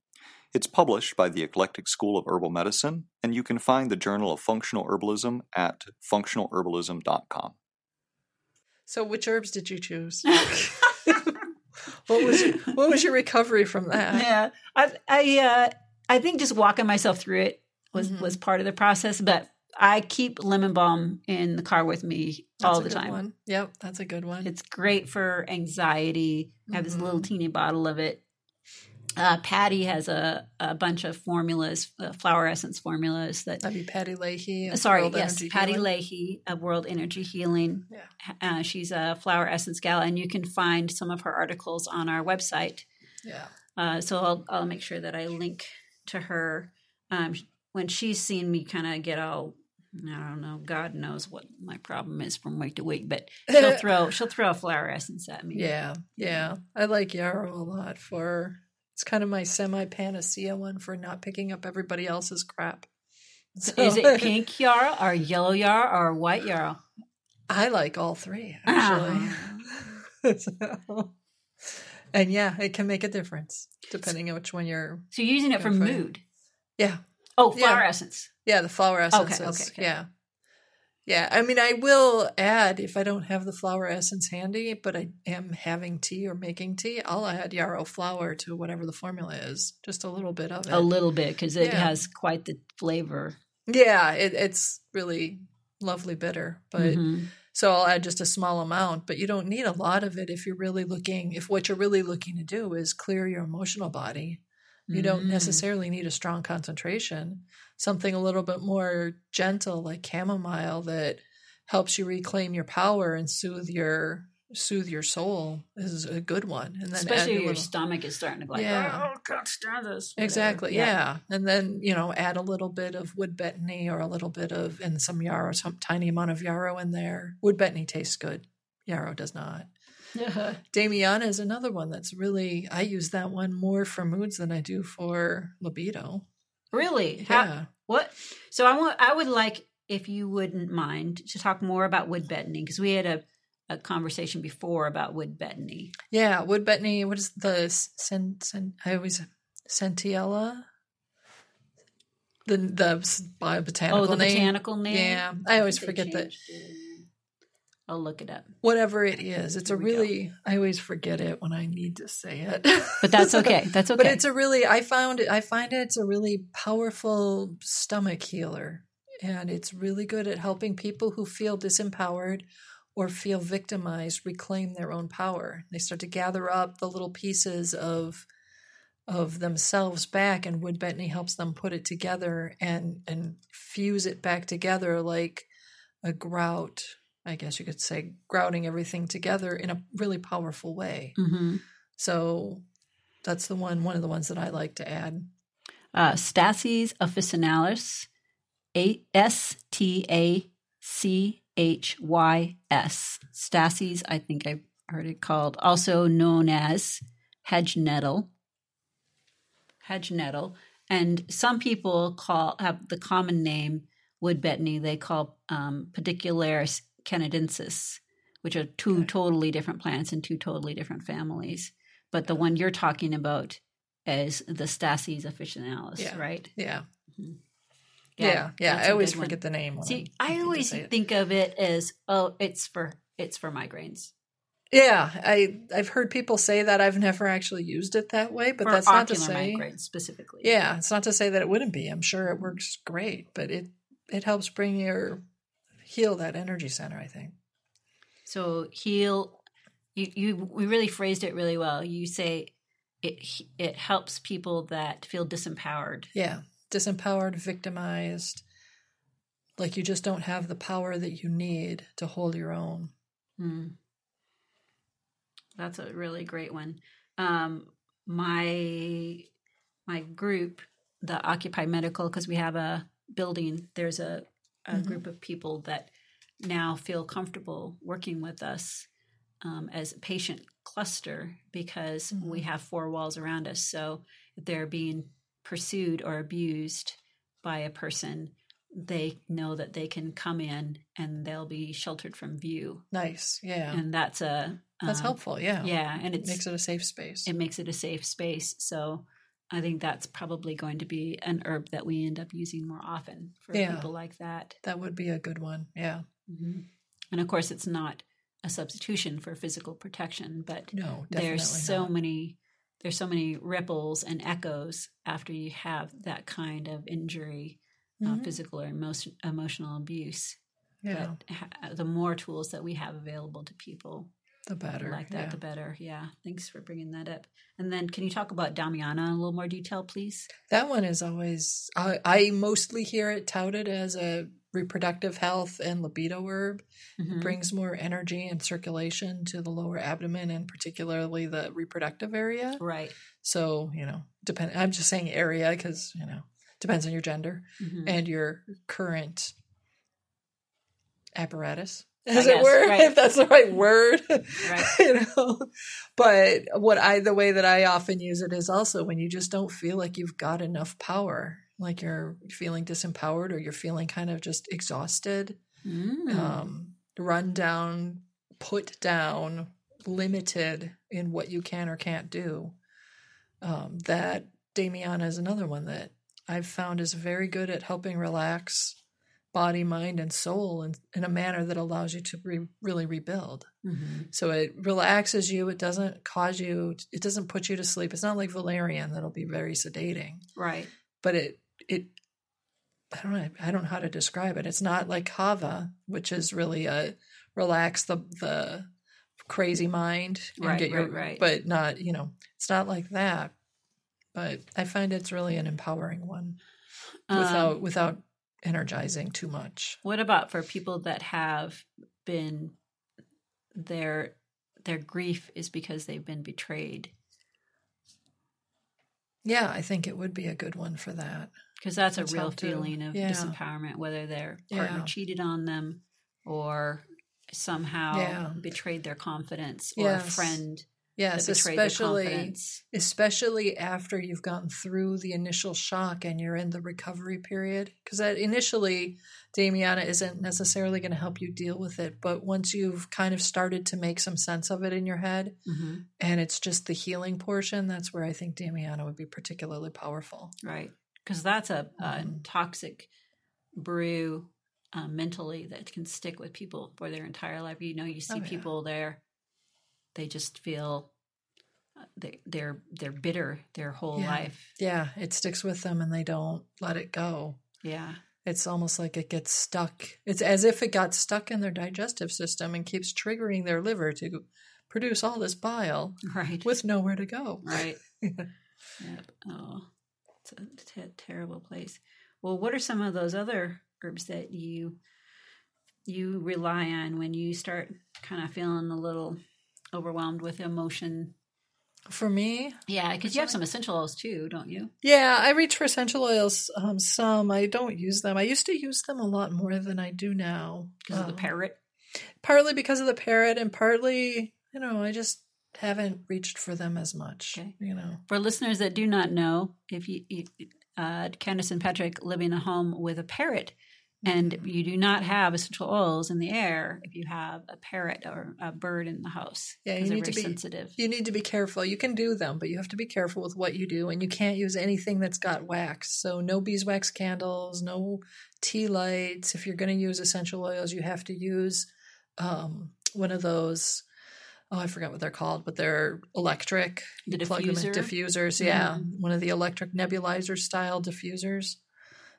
[SPEAKER 4] It's published by the Eclectic School of Herbal Medicine, and you can find the Journal of Functional Herbalism at functionalherbalism.com.
[SPEAKER 2] So, which herbs did you
[SPEAKER 3] <laughs>
[SPEAKER 2] choose? What was your, what was your recovery from that?
[SPEAKER 3] yeah i i uh i think just walking myself through it was
[SPEAKER 2] Mhm.
[SPEAKER 3] was part of the process but i keep lemon balm in the car with me
[SPEAKER 2] That's
[SPEAKER 3] all
[SPEAKER 2] a
[SPEAKER 3] the
[SPEAKER 2] good
[SPEAKER 3] time
[SPEAKER 2] One. Yep, that's a good one.
[SPEAKER 3] it's great for anxiety i have this little
[SPEAKER 2] Mhm.
[SPEAKER 3] teeny bottle of it uh, patty has a, a bunch of formulas uh, flower essence formulas that
[SPEAKER 2] That'd be Patty Leahy. and
[SPEAKER 3] Uh, sorry
[SPEAKER 2] World
[SPEAKER 3] yes
[SPEAKER 2] Energy
[SPEAKER 3] patty
[SPEAKER 2] Healing.
[SPEAKER 3] leahy of world energy healing
[SPEAKER 2] Yeah.
[SPEAKER 3] uh, she's a flower essence gal and you can find some of her articles on our website
[SPEAKER 2] Yeah.
[SPEAKER 3] uh, so I'll I'll make sure that I link to her um, sh- when she's seen me kind of get all I don't know God knows what my problem is from week to week, but
[SPEAKER 2] <laughs>
[SPEAKER 3] she'll throw she'll throw a flower essence at me.
[SPEAKER 2] Yeah. Yeah. I like Yarrow a lot for it's kind of my semi panacea one for not picking up everybody else's crap.
[SPEAKER 3] So Is
[SPEAKER 2] <laughs>
[SPEAKER 3] it pink yarrow or yellow yarrow or white yarrow?
[SPEAKER 2] I like all
[SPEAKER 3] <laughs>
[SPEAKER 2] three, actually.
[SPEAKER 3] Uh-huh.
[SPEAKER 2] <laughs> So- and yeah, it can make a difference depending on which one you're.
[SPEAKER 3] So you're using it for
[SPEAKER 2] Okay.
[SPEAKER 3] mood.
[SPEAKER 2] Yeah,
[SPEAKER 3] Oh,
[SPEAKER 2] Yeah.
[SPEAKER 3] flower essence.
[SPEAKER 2] yeah, the flower essences.
[SPEAKER 3] okay, okay.
[SPEAKER 2] Yeah, yeah. I mean, I will add if I don't have the flower essence handy, but I am having tea or making tea. I'll add yarrow flower to whatever the formula is, just a little bit of it.
[SPEAKER 3] A little bit because it
[SPEAKER 2] Yeah.
[SPEAKER 3] has quite the flavor.
[SPEAKER 2] yeah, it, it's really lovely bitter, but.
[SPEAKER 3] Mhm.
[SPEAKER 2] So I'll add just a small amount, but you don't need a lot of it if you're really looking, if what you're really looking to do is clear your emotional body. You don't
[SPEAKER 3] Mm.
[SPEAKER 2] necessarily need a strong concentration. Something a little bit more gentle, like chamomile, that helps you reclaim your power and soothe your soothe your soul is a good one. And then add
[SPEAKER 3] especially
[SPEAKER 2] your
[SPEAKER 3] your
[SPEAKER 2] little-
[SPEAKER 3] stomach is starting to go like,
[SPEAKER 2] Yeah.
[SPEAKER 3] oh, can't stand this. whatever.
[SPEAKER 2] Exactly. Yeah. And then, you know, add a little bit of wood betony or a little bit of, and some yarrow, some tiny amount of yarrow in there. Wood betony tastes good. Yarrow does not. Damiana is another one that's really, I use that one more for moods than I do for libido.
[SPEAKER 3] <laughs> really? How-
[SPEAKER 2] Yeah.
[SPEAKER 3] what? So I want. I would like if you wouldn't mind to talk more about wood bentony because we had a, a conversation before about wood bentony.
[SPEAKER 2] Yeah. Wood betony, what is the, s- sen, sen, I always, Sentiella? The, the s- botanical
[SPEAKER 3] Oh, the
[SPEAKER 2] name.
[SPEAKER 3] botanical name.
[SPEAKER 2] Yeah, I always
[SPEAKER 3] They
[SPEAKER 2] forget that.
[SPEAKER 3] changed it. I'll look it up.
[SPEAKER 2] Whatever it is, it's a
[SPEAKER 3] Here we go.
[SPEAKER 2] really, I always forget it when I need to say it. <laughs>
[SPEAKER 3] But that's okay. That's okay.
[SPEAKER 2] But it's a really I found I find it's a really powerful stomach healer and it's really good at helping people who feel disempowered or feel victimized reclaim their own power. They start to gather up the little pieces of of themselves back and Wood Bentney helps them put it together and and fuse it back together like a grout, I guess you could say grouting everything together in a really powerful way.
[SPEAKER 3] hmm
[SPEAKER 2] So that's the one, one of the ones that I like to add.
[SPEAKER 3] uh, Stasis officinalis, A S T A C H Y S. Stasis, I think I heard it called, also known as hedge nettle. Hedge nettle, and some people call have the common name wood betony. They call um, pedicularis canadensis, which are two
[SPEAKER 2] Okay.
[SPEAKER 3] totally different plants and two totally different families. But the one you're talking about is the Stasis officinalis,
[SPEAKER 2] Yeah.
[SPEAKER 3] right?
[SPEAKER 2] Yeah.
[SPEAKER 3] Yeah,
[SPEAKER 2] Yeah. Yeah.
[SPEAKER 3] that's
[SPEAKER 2] I
[SPEAKER 3] a
[SPEAKER 2] always
[SPEAKER 3] good one.
[SPEAKER 2] forget the name. when
[SPEAKER 3] See,
[SPEAKER 2] I
[SPEAKER 3] I
[SPEAKER 2] need to
[SPEAKER 3] always
[SPEAKER 2] say it.
[SPEAKER 3] think of it as oh, it's for it's for migraines.
[SPEAKER 2] Yeah. I, I've heard people say that. I've never actually used it that way, but
[SPEAKER 3] for
[SPEAKER 2] that's
[SPEAKER 3] ocular
[SPEAKER 2] not to say.
[SPEAKER 3] migraines specifically.
[SPEAKER 2] Yeah. It's not to say that it wouldn't be. I'm sure it works great, but it, it helps bring your, heal that energy center, I think.
[SPEAKER 3] So heal. You you we really phrased it really well. You say it it helps people that feel disempowered.
[SPEAKER 2] Yeah. Disempowered, victimized, like you just don't have the power that you need to hold your own.
[SPEAKER 3] Hmm. That's a really great one. Um, my my group, the Occupy Medical, because we have a building. There's a, a
[SPEAKER 2] Mhm.
[SPEAKER 3] group of people that now feel comfortable working with us um, as a patient cluster because
[SPEAKER 2] Mhm.
[SPEAKER 3] we have four walls around us. So if they're being pursued or abused by a person, they know that they can come in and they'll be sheltered from view
[SPEAKER 2] Nice. Yeah.
[SPEAKER 3] and that's a
[SPEAKER 2] That's
[SPEAKER 3] um,
[SPEAKER 2] helpful. Yeah.
[SPEAKER 3] Yeah, and it's
[SPEAKER 2] Makes it a safe space.
[SPEAKER 3] it makes it a safe space. So I think that's probably going to be an herb that we end up using more often for
[SPEAKER 2] Yeah. Mm-hmm.
[SPEAKER 3] people like that.
[SPEAKER 2] That would be a good one. Yeah.
[SPEAKER 3] And of course, it's not a substitution for physical protection, but
[SPEAKER 2] No, definitely.
[SPEAKER 3] there's so
[SPEAKER 2] not.
[SPEAKER 3] many there's so many ripples and echoes after you have that kind of injury, uh,
[SPEAKER 2] Mhm.
[SPEAKER 3] physical or emotion, emotional abuse.
[SPEAKER 2] Yeah,
[SPEAKER 3] But ha- the more tools that we have available to people,
[SPEAKER 2] the better.
[SPEAKER 3] like that,
[SPEAKER 2] yeah.
[SPEAKER 3] the better. Yeah. Thanks for bringing that up. And then, can you talk about Damiana in a little more detail, please?
[SPEAKER 2] That one is always, I, I mostly hear it touted as a reproductive health and libido herb.
[SPEAKER 3] Mhm.
[SPEAKER 2] Brings more energy and circulation to the lower abdomen and particularly the reproductive area.
[SPEAKER 3] Right.
[SPEAKER 2] So, you know, depend, I'm just saying area because, you know, depends on your gender
[SPEAKER 3] Mhm.
[SPEAKER 2] and your current apparatus.
[SPEAKER 3] I
[SPEAKER 2] As it
[SPEAKER 3] guess,
[SPEAKER 2] were, <laughs>
[SPEAKER 3] right.
[SPEAKER 2] if that's the right word. <laughs>
[SPEAKER 3] Right.
[SPEAKER 2] you know but what i the way that i often use it is also when you just don't feel like you've got enough power like you're feeling disempowered or you're feeling kind of just exhausted
[SPEAKER 3] Mm.
[SPEAKER 2] um run down put down limited in what you can or can't do um that damiana is another one that i've found is very good at helping relax body mind and soul in, in a manner that allows you to re- really rebuild
[SPEAKER 3] Mhm.
[SPEAKER 2] so it relaxes you. It doesn't cause you. It doesn't put you to sleep. It's not like valerian that'll be very sedating,
[SPEAKER 3] Right.
[SPEAKER 2] but it it. I don't know. I don't know how to describe it. It's not like kava, which is really a relax the the crazy mind and
[SPEAKER 3] Right,
[SPEAKER 2] get your
[SPEAKER 3] right, right.
[SPEAKER 2] but not you know it's not like that. But I find it's really an empowering one without
[SPEAKER 3] Um,
[SPEAKER 2] without energizing too much.
[SPEAKER 3] what about for people that have been their their grief is because they've been betrayed?
[SPEAKER 2] Yeah, I think it would be a good one for that.
[SPEAKER 3] Because that's a
[SPEAKER 2] That's
[SPEAKER 3] real
[SPEAKER 2] helped too.
[SPEAKER 3] feeling of
[SPEAKER 2] Yeah.
[SPEAKER 3] disempowerment, whether their partner
[SPEAKER 2] Yeah.
[SPEAKER 3] cheated on them or somehow
[SPEAKER 2] Yeah.
[SPEAKER 3] betrayed their confidence or a
[SPEAKER 2] Yes.
[SPEAKER 3] friend that
[SPEAKER 2] Yes,
[SPEAKER 3] betrayed their
[SPEAKER 2] especially
[SPEAKER 3] confidence.
[SPEAKER 2] especially after you've gotten through the initial shock and you're in the recovery period because that initially Damiana isn't necessarily going to help you deal with it, but once you've kind of started to make some sense of it in your head
[SPEAKER 3] Mhm.
[SPEAKER 2] and it's just the healing portion, that's where I think Damiana would be particularly powerful.
[SPEAKER 3] Right. Because that's a, a
[SPEAKER 2] Mhm.
[SPEAKER 3] toxic brew uh, mentally that can stick with people for their entire life. You know, you see
[SPEAKER 2] Oh, yeah.
[SPEAKER 3] people there, they just feel uh, they, they're they're bitter their whole
[SPEAKER 2] Yeah.
[SPEAKER 3] life.
[SPEAKER 2] Yeah, it sticks with them and they don't let it go. <laughs>
[SPEAKER 3] Yeah.
[SPEAKER 2] It's almost like it gets stuck. It's as if it got stuck in their digestive system and keeps triggering their liver to produce all this bile
[SPEAKER 3] Right.
[SPEAKER 2] with nowhere to go. <laughs>
[SPEAKER 3] Right. Yep. Oh, it's a te- terrible place. Well, what are some of those other herbs that you you rely on when you start kind of feeling a little overwhelmed with emotion?
[SPEAKER 2] For me,
[SPEAKER 3] Yeah, because you have some essential oils too, don't you?
[SPEAKER 2] yeah, I reach for essential oils um, some. I don't use them. I used to use them a lot more than I do now.
[SPEAKER 3] Because of the
[SPEAKER 2] Um,
[SPEAKER 3] parrot.
[SPEAKER 2] Partly because of the parrot, and partly, you know, I just haven't reached for them as much.
[SPEAKER 3] Okay.
[SPEAKER 2] You know,
[SPEAKER 3] For listeners that do not know, if you, you uh, Candace and Patrick live in a home with a parrot, and
[SPEAKER 2] Mm-hmm.
[SPEAKER 3] you do not have essential oils in the air, if you have a parrot or a bird in the house,
[SPEAKER 2] Yeah, you
[SPEAKER 3] 'cause they're
[SPEAKER 2] need to
[SPEAKER 3] very
[SPEAKER 2] be-
[SPEAKER 3] sensitive.
[SPEAKER 2] you need to be careful. You can do them, but you have to be careful with what you do, and you can't use anything that's got wax. So, no beeswax candles, no tea lights. If you're going to use essential oils, you have to use um, one of those. Oh, I forgot what they're called, but they're electric.
[SPEAKER 3] The
[SPEAKER 2] plug them in
[SPEAKER 3] diffuser?
[SPEAKER 2] diffusers. Yeah,
[SPEAKER 3] Mhm.
[SPEAKER 2] one of the electric nebulizer style diffusers,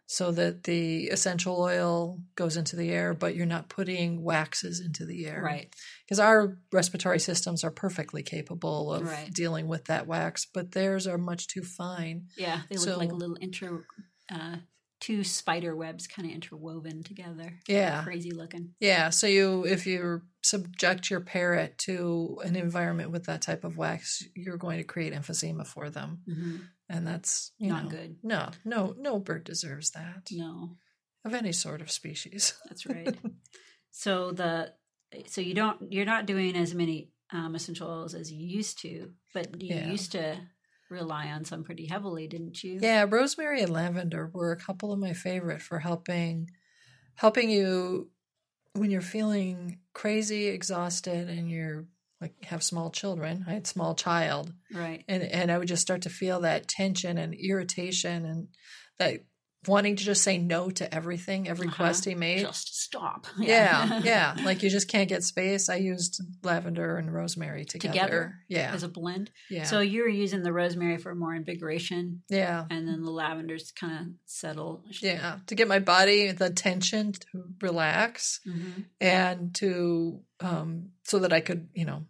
[SPEAKER 2] so that the essential oil goes into the air, but you're not putting waxes into the air
[SPEAKER 3] Right.
[SPEAKER 2] because our respiratory systems are perfectly capable of
[SPEAKER 3] Right.
[SPEAKER 2] dealing with that wax, but theirs are much too fine.
[SPEAKER 3] Yeah, they look like
[SPEAKER 2] So-
[SPEAKER 3] little inter uh, two spider webs kind of interwoven together.
[SPEAKER 2] Yeah.
[SPEAKER 3] crazy looking.
[SPEAKER 2] Yeah, so you if you subject your parrot to an environment with that type of wax, you're going to create emphysema for them, and that's you
[SPEAKER 3] Mm-hmm. Not
[SPEAKER 2] know,
[SPEAKER 3] good.
[SPEAKER 2] No, no, no bird deserves that
[SPEAKER 3] No,
[SPEAKER 2] of any sort of species.
[SPEAKER 3] that's right. so the so you don't you're not doing as many um, essential oils as you used to, but you
[SPEAKER 2] Yeah.
[SPEAKER 3] used to rely on some pretty heavily, didn't you?
[SPEAKER 2] Yeah, rosemary and lavender were a couple of my favorite for helping helping you when you're feeling crazy, exhausted, and you're like have small children. I had small child,
[SPEAKER 3] Right.
[SPEAKER 2] and and I would just start to feel that tension and irritation and that wanting to just say no to everything, every
[SPEAKER 3] Uh-huh.
[SPEAKER 2] request he made.
[SPEAKER 3] Just <laughs> stop.
[SPEAKER 2] yeah,
[SPEAKER 3] <laughs>
[SPEAKER 2] yeah. Like you just can't get space. I used lavender and rosemary together.
[SPEAKER 3] Together?
[SPEAKER 2] Yeah.
[SPEAKER 3] As a blend.
[SPEAKER 2] Yeah.
[SPEAKER 3] So you're using the rosemary for more invigoration,
[SPEAKER 2] yeah.
[SPEAKER 3] and then the lavenders kind of settle.
[SPEAKER 2] Yeah, to get my body the tension to relax
[SPEAKER 3] hmm
[SPEAKER 2] and to um so that I could, you know,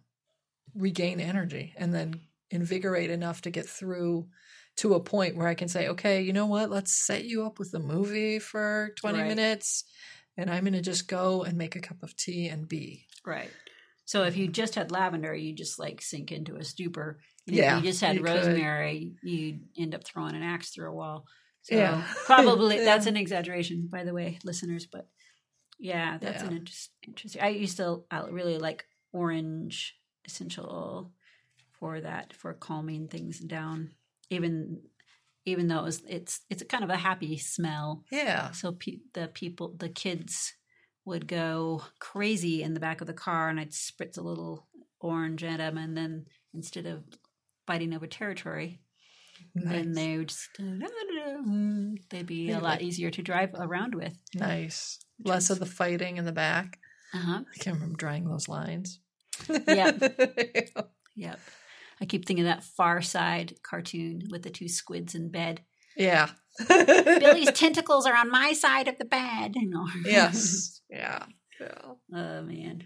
[SPEAKER 2] regain energy and then invigorate enough to get through to a point where I can say, okay, you know what? Let's set you up with a movie for 20
[SPEAKER 3] Right.
[SPEAKER 2] minutes and I'm going to just go and make a cup of tea and be.
[SPEAKER 3] Right. So if you just had lavender, you just like sink into a stupor. And
[SPEAKER 2] Yeah,
[SPEAKER 3] If you just had
[SPEAKER 2] you could.
[SPEAKER 3] rosemary, you'd end up throwing an axe through a wall. So
[SPEAKER 2] Yeah. <laughs>
[SPEAKER 3] probably
[SPEAKER 2] Yeah.
[SPEAKER 3] that's an exaggeration, by the way, listeners. But yeah, that's an
[SPEAKER 2] Yeah.
[SPEAKER 3] interest, interesting. I used to I really like orange essential oil for that for calming things down. Even even though it was, it's it's kind of a happy smell.
[SPEAKER 2] Yeah.
[SPEAKER 3] So pe- the people, the kids would go crazy in the back of the car, and I'd spritz a little orange at them. And then instead of fighting over territory, then
[SPEAKER 2] Nice.
[SPEAKER 3] they would just, <laughs> they'd be a
[SPEAKER 2] Yeah,
[SPEAKER 3] lot
[SPEAKER 2] like-
[SPEAKER 3] easier to drive around with.
[SPEAKER 2] nice. Less of the fighting in the back.
[SPEAKER 3] Uh-huh.
[SPEAKER 2] I can't remember drawing those lines.
[SPEAKER 3] Yep. I keep thinking of that Far Side cartoon with the two squids in bed.
[SPEAKER 2] <laughs> yeah.
[SPEAKER 3] Billy's <laughs> tentacles are on my side of the bed. You know.
[SPEAKER 2] <laughs> Yes. yeah. Yeah.
[SPEAKER 3] Oh man,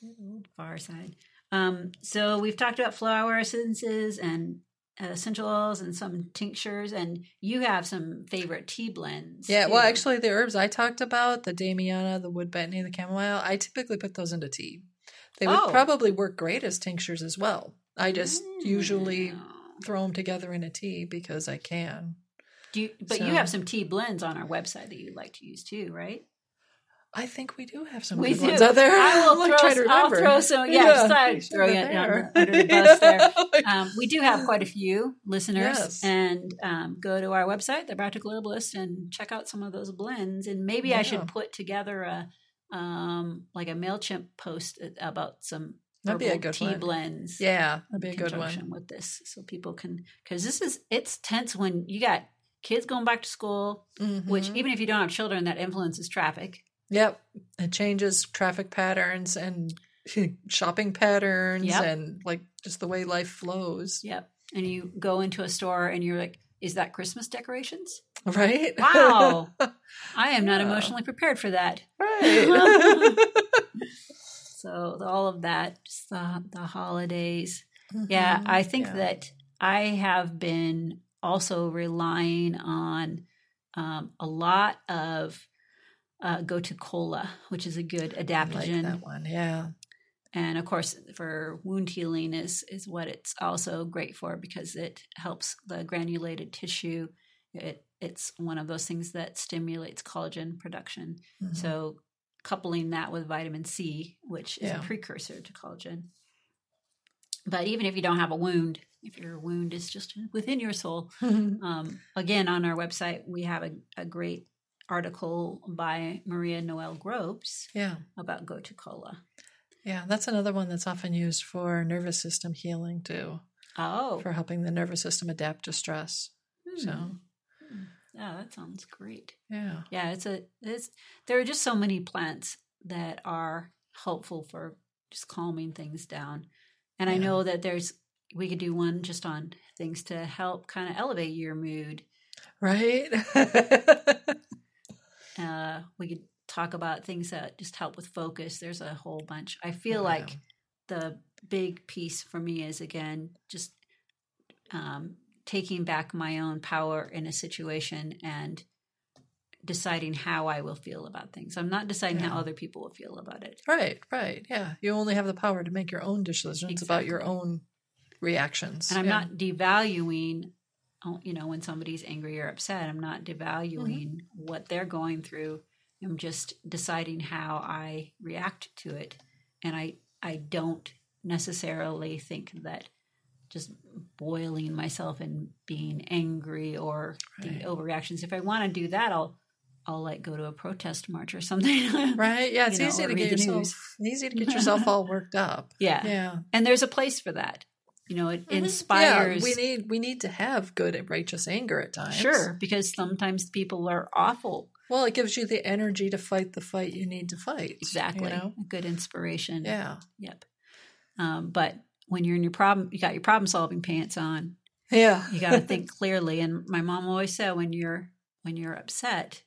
[SPEAKER 3] good old far side. Um, so we've talked about flower essences and uh, essential oils and some tinctures, and you have some favorite tea blends.
[SPEAKER 2] Yeah, well,
[SPEAKER 3] too.
[SPEAKER 2] actually, the herbs I talked about, the Damiana, the wood betony, the chamomile, I typically put those into tea. They would
[SPEAKER 3] Oh.
[SPEAKER 2] probably work great as tinctures as well. I just usually
[SPEAKER 3] Mm.
[SPEAKER 2] throw them together in a tea because I can.
[SPEAKER 3] Do you, but
[SPEAKER 2] So-
[SPEAKER 3] you have some tea blends on our website that you like to use too, right?
[SPEAKER 2] I think we do have some
[SPEAKER 3] We
[SPEAKER 2] good
[SPEAKER 3] do.
[SPEAKER 2] ones out there.
[SPEAKER 3] I will
[SPEAKER 2] <laughs> I'm
[SPEAKER 3] throw,
[SPEAKER 2] trying to
[SPEAKER 3] I'll
[SPEAKER 2] remember.
[SPEAKER 3] throw some. Yeah, just
[SPEAKER 2] Yeah,
[SPEAKER 3] thought I'd
[SPEAKER 2] we should
[SPEAKER 3] throw
[SPEAKER 2] have
[SPEAKER 3] you
[SPEAKER 2] it
[SPEAKER 3] under,
[SPEAKER 2] there. <laughs>
[SPEAKER 3] under the bus there.
[SPEAKER 2] Like,
[SPEAKER 3] Um, we do have quite a few listeners,
[SPEAKER 2] Yes.
[SPEAKER 3] and um, go to our website, the Practical Herbalist, and check out some of those blends. And maybe I
[SPEAKER 2] Yeah.
[SPEAKER 3] should put together a um, like a Mailchimp post about some
[SPEAKER 2] That'd be a
[SPEAKER 3] herbal
[SPEAKER 2] good
[SPEAKER 3] tea
[SPEAKER 2] one.
[SPEAKER 3] blends.
[SPEAKER 2] yeah, that'd be
[SPEAKER 3] in
[SPEAKER 2] a good one.
[SPEAKER 3] conjunction with this, so people can because this is it's tense when you got kids going back to school, which
[SPEAKER 2] Mhm.
[SPEAKER 3] even if you don't have children, that influences traffic.
[SPEAKER 2] yep, it changes traffic patterns and shopping patterns
[SPEAKER 3] Yep.
[SPEAKER 2] and like just the way life flows.
[SPEAKER 3] Yep. And you go into a store and you're like, is that Christmas decorations?
[SPEAKER 2] Right?
[SPEAKER 3] Wow. I am not
[SPEAKER 2] Yeah.
[SPEAKER 3] emotionally prepared for that.
[SPEAKER 2] <laughs> right.
[SPEAKER 3] So all of that, just the, the holidays. <laughs> Yeah, I think
[SPEAKER 2] Mm-hmm. Mm, Yeah.
[SPEAKER 3] that I have been also relying on um, a lot of uh, go to cola, which is a good
[SPEAKER 2] I like
[SPEAKER 3] adaptogen,
[SPEAKER 2] that one. Yeah.
[SPEAKER 3] and of course for wound healing is is what it's also great for because it helps the granulated tissue. It it's one of those things that stimulates collagen production.
[SPEAKER 2] Mhm.
[SPEAKER 3] So coupling that with vitamin C, which is
[SPEAKER 2] Yeah.
[SPEAKER 3] a precursor to collagen. But even if you don't have a wound, if your wound is just within your soul, um, again on our website we have a, a great article by Maria Noel Groves
[SPEAKER 2] <laughs> yeah.
[SPEAKER 3] about Gotucola.
[SPEAKER 2] Yeah, that's another one that's often used for nervous system healing too,
[SPEAKER 3] Oh,
[SPEAKER 2] for helping the nervous system adapt to stress. So,
[SPEAKER 3] Hmm. yeah, that sounds great. <laughs>
[SPEAKER 2] yeah.
[SPEAKER 3] Yeah, it's a it's there are just so many plants that are helpful for just calming things down. And I
[SPEAKER 2] Yeah.
[SPEAKER 3] know that there's we could do one just on things to help kind of elevate your mood.
[SPEAKER 2] Right? <laughs>
[SPEAKER 3] Uh we could talk about things that just help with focus. There's a whole bunch. I feel like the big piece for me is again just um, taking back my own power in a situation and deciding how I will feel about things. I'm not deciding how
[SPEAKER 2] Yeah.
[SPEAKER 3] other people will feel about it.
[SPEAKER 2] right, right. Yeah. You only have the power to make your own decisions about your
[SPEAKER 3] Exactly.
[SPEAKER 2] own reactions.
[SPEAKER 3] And I'm
[SPEAKER 2] Yeah.
[SPEAKER 3] not devaluing, oh, you know, when somebody's angry or upset, I'm not devaluing
[SPEAKER 2] Mm-hmm.
[SPEAKER 3] what they're going through. I'm just deciding how I react to it. And I, I don't necessarily think that just boiling myself and being angry or
[SPEAKER 2] Right.
[SPEAKER 3] the overreactions. If I want to do that, I'll, I'll like go to a protest march or something. <laughs>
[SPEAKER 2] Right? Yeah,
[SPEAKER 3] you
[SPEAKER 2] it's
[SPEAKER 3] know,
[SPEAKER 2] easy
[SPEAKER 3] or
[SPEAKER 2] to
[SPEAKER 3] read
[SPEAKER 2] get
[SPEAKER 3] the
[SPEAKER 2] yourself
[SPEAKER 3] news.
[SPEAKER 2] easy to get <laughs> yourself all worked up.
[SPEAKER 3] Yeah.
[SPEAKER 2] Yeah. Mm-hmm.
[SPEAKER 3] And there's a place for that. You know, it
[SPEAKER 2] Yeah,
[SPEAKER 3] inspires.
[SPEAKER 2] we need we need to have good and righteous anger at times.
[SPEAKER 3] Sure, because sometimes people are awful.
[SPEAKER 2] Well, it gives you the energy to fight the fight you need to fight.
[SPEAKER 3] Exactly.
[SPEAKER 2] You know?
[SPEAKER 3] A good inspiration.
[SPEAKER 2] Yeah.
[SPEAKER 3] Yep. Um, but when you're in your problem, you got your problem solving pants on.
[SPEAKER 2] Yeah. <laughs>
[SPEAKER 3] You got to think clearly. And my mom always said, when you're when you're upset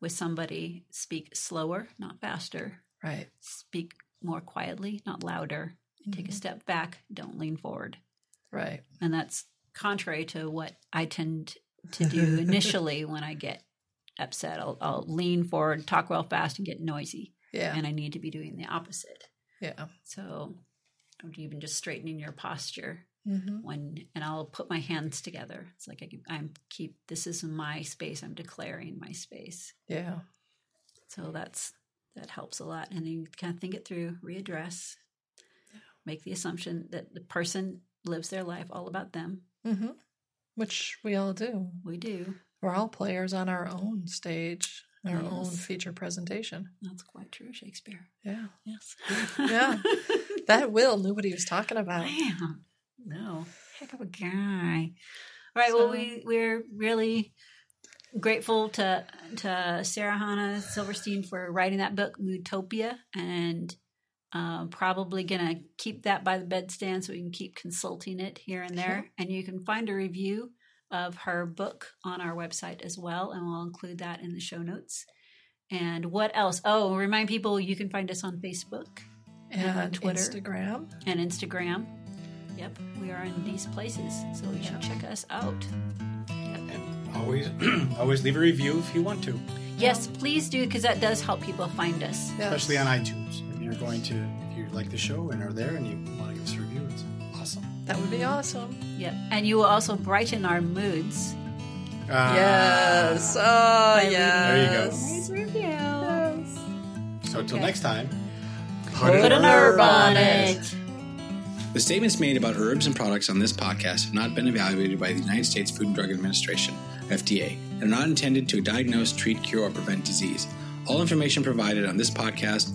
[SPEAKER 3] with somebody, speak slower, not faster.
[SPEAKER 2] right.
[SPEAKER 3] Speak more quietly, not louder. Take a
[SPEAKER 2] Mhm.
[SPEAKER 3] step back. Don't lean forward.
[SPEAKER 2] Right.
[SPEAKER 3] And that's contrary to what I tend to do initially when I get upset. I'll, I'll lean forward, talk real fast, and get noisy.
[SPEAKER 2] Yeah.
[SPEAKER 3] And I need to be doing the opposite.
[SPEAKER 2] yeah.
[SPEAKER 3] So, or even just straightening your posture
[SPEAKER 2] Mm-hmm.
[SPEAKER 3] when, and I'll put my hands together. It's like I keep, I'm keep, this is my space. I'm declaring my space.
[SPEAKER 2] Yeah.
[SPEAKER 3] So that's, that helps a lot. And then you kind of think it through, readdress, make the assumption that the person lives their life all about them.
[SPEAKER 2] Mm-hmm. Which we all do.
[SPEAKER 3] We do.
[SPEAKER 2] We're all players on our own stage, our own
[SPEAKER 3] Yes.
[SPEAKER 2] feature presentation.
[SPEAKER 3] That's quite true, Shakespeare.
[SPEAKER 2] <laughs> Yeah.
[SPEAKER 3] <laughs> Yes.
[SPEAKER 2] Yeah. That Will knew what he was talking about.
[SPEAKER 3] Man, no, heck of a guy. All right.
[SPEAKER 2] So-
[SPEAKER 3] well, we we're really grateful to to Sarah Hanna Silverstein for writing that book, Moodtopia, and um, probably gonna keep that by the bedstand so we can keep consulting it here and there.
[SPEAKER 2] Sure.
[SPEAKER 3] And you can find a review of her book on our website as well, and we'll include that in the show notes. And what else? Oh, remind people you can find us on Facebook
[SPEAKER 2] And,
[SPEAKER 3] And Twitter.
[SPEAKER 2] Instagram.
[SPEAKER 3] and Instagram. Yep, we are in these places, so you should check us out.
[SPEAKER 1] And always, <clears throat> always leave a review if you want to,
[SPEAKER 3] Yes, please do because that does help people find us.
[SPEAKER 2] Yes.
[SPEAKER 1] especially on iTunes. If you're going to, if you like the show and are there and you want to give us a review, it's awesome.
[SPEAKER 2] That would be awesome.
[SPEAKER 3] Yep, and you will also brighten our moods.
[SPEAKER 1] Ah.
[SPEAKER 2] yes. Oh,
[SPEAKER 3] By leaving
[SPEAKER 1] There you go.
[SPEAKER 2] yes.
[SPEAKER 3] Nice review.
[SPEAKER 2] Yes.
[SPEAKER 5] So until next time,
[SPEAKER 3] Put an herb on it.
[SPEAKER 5] The statements made about herbs and products on this podcast have not been evaluated by the United States Food and Drug Administration, FDA, and are not intended to diagnose, treat, cure, or prevent disease. All information provided on this podcast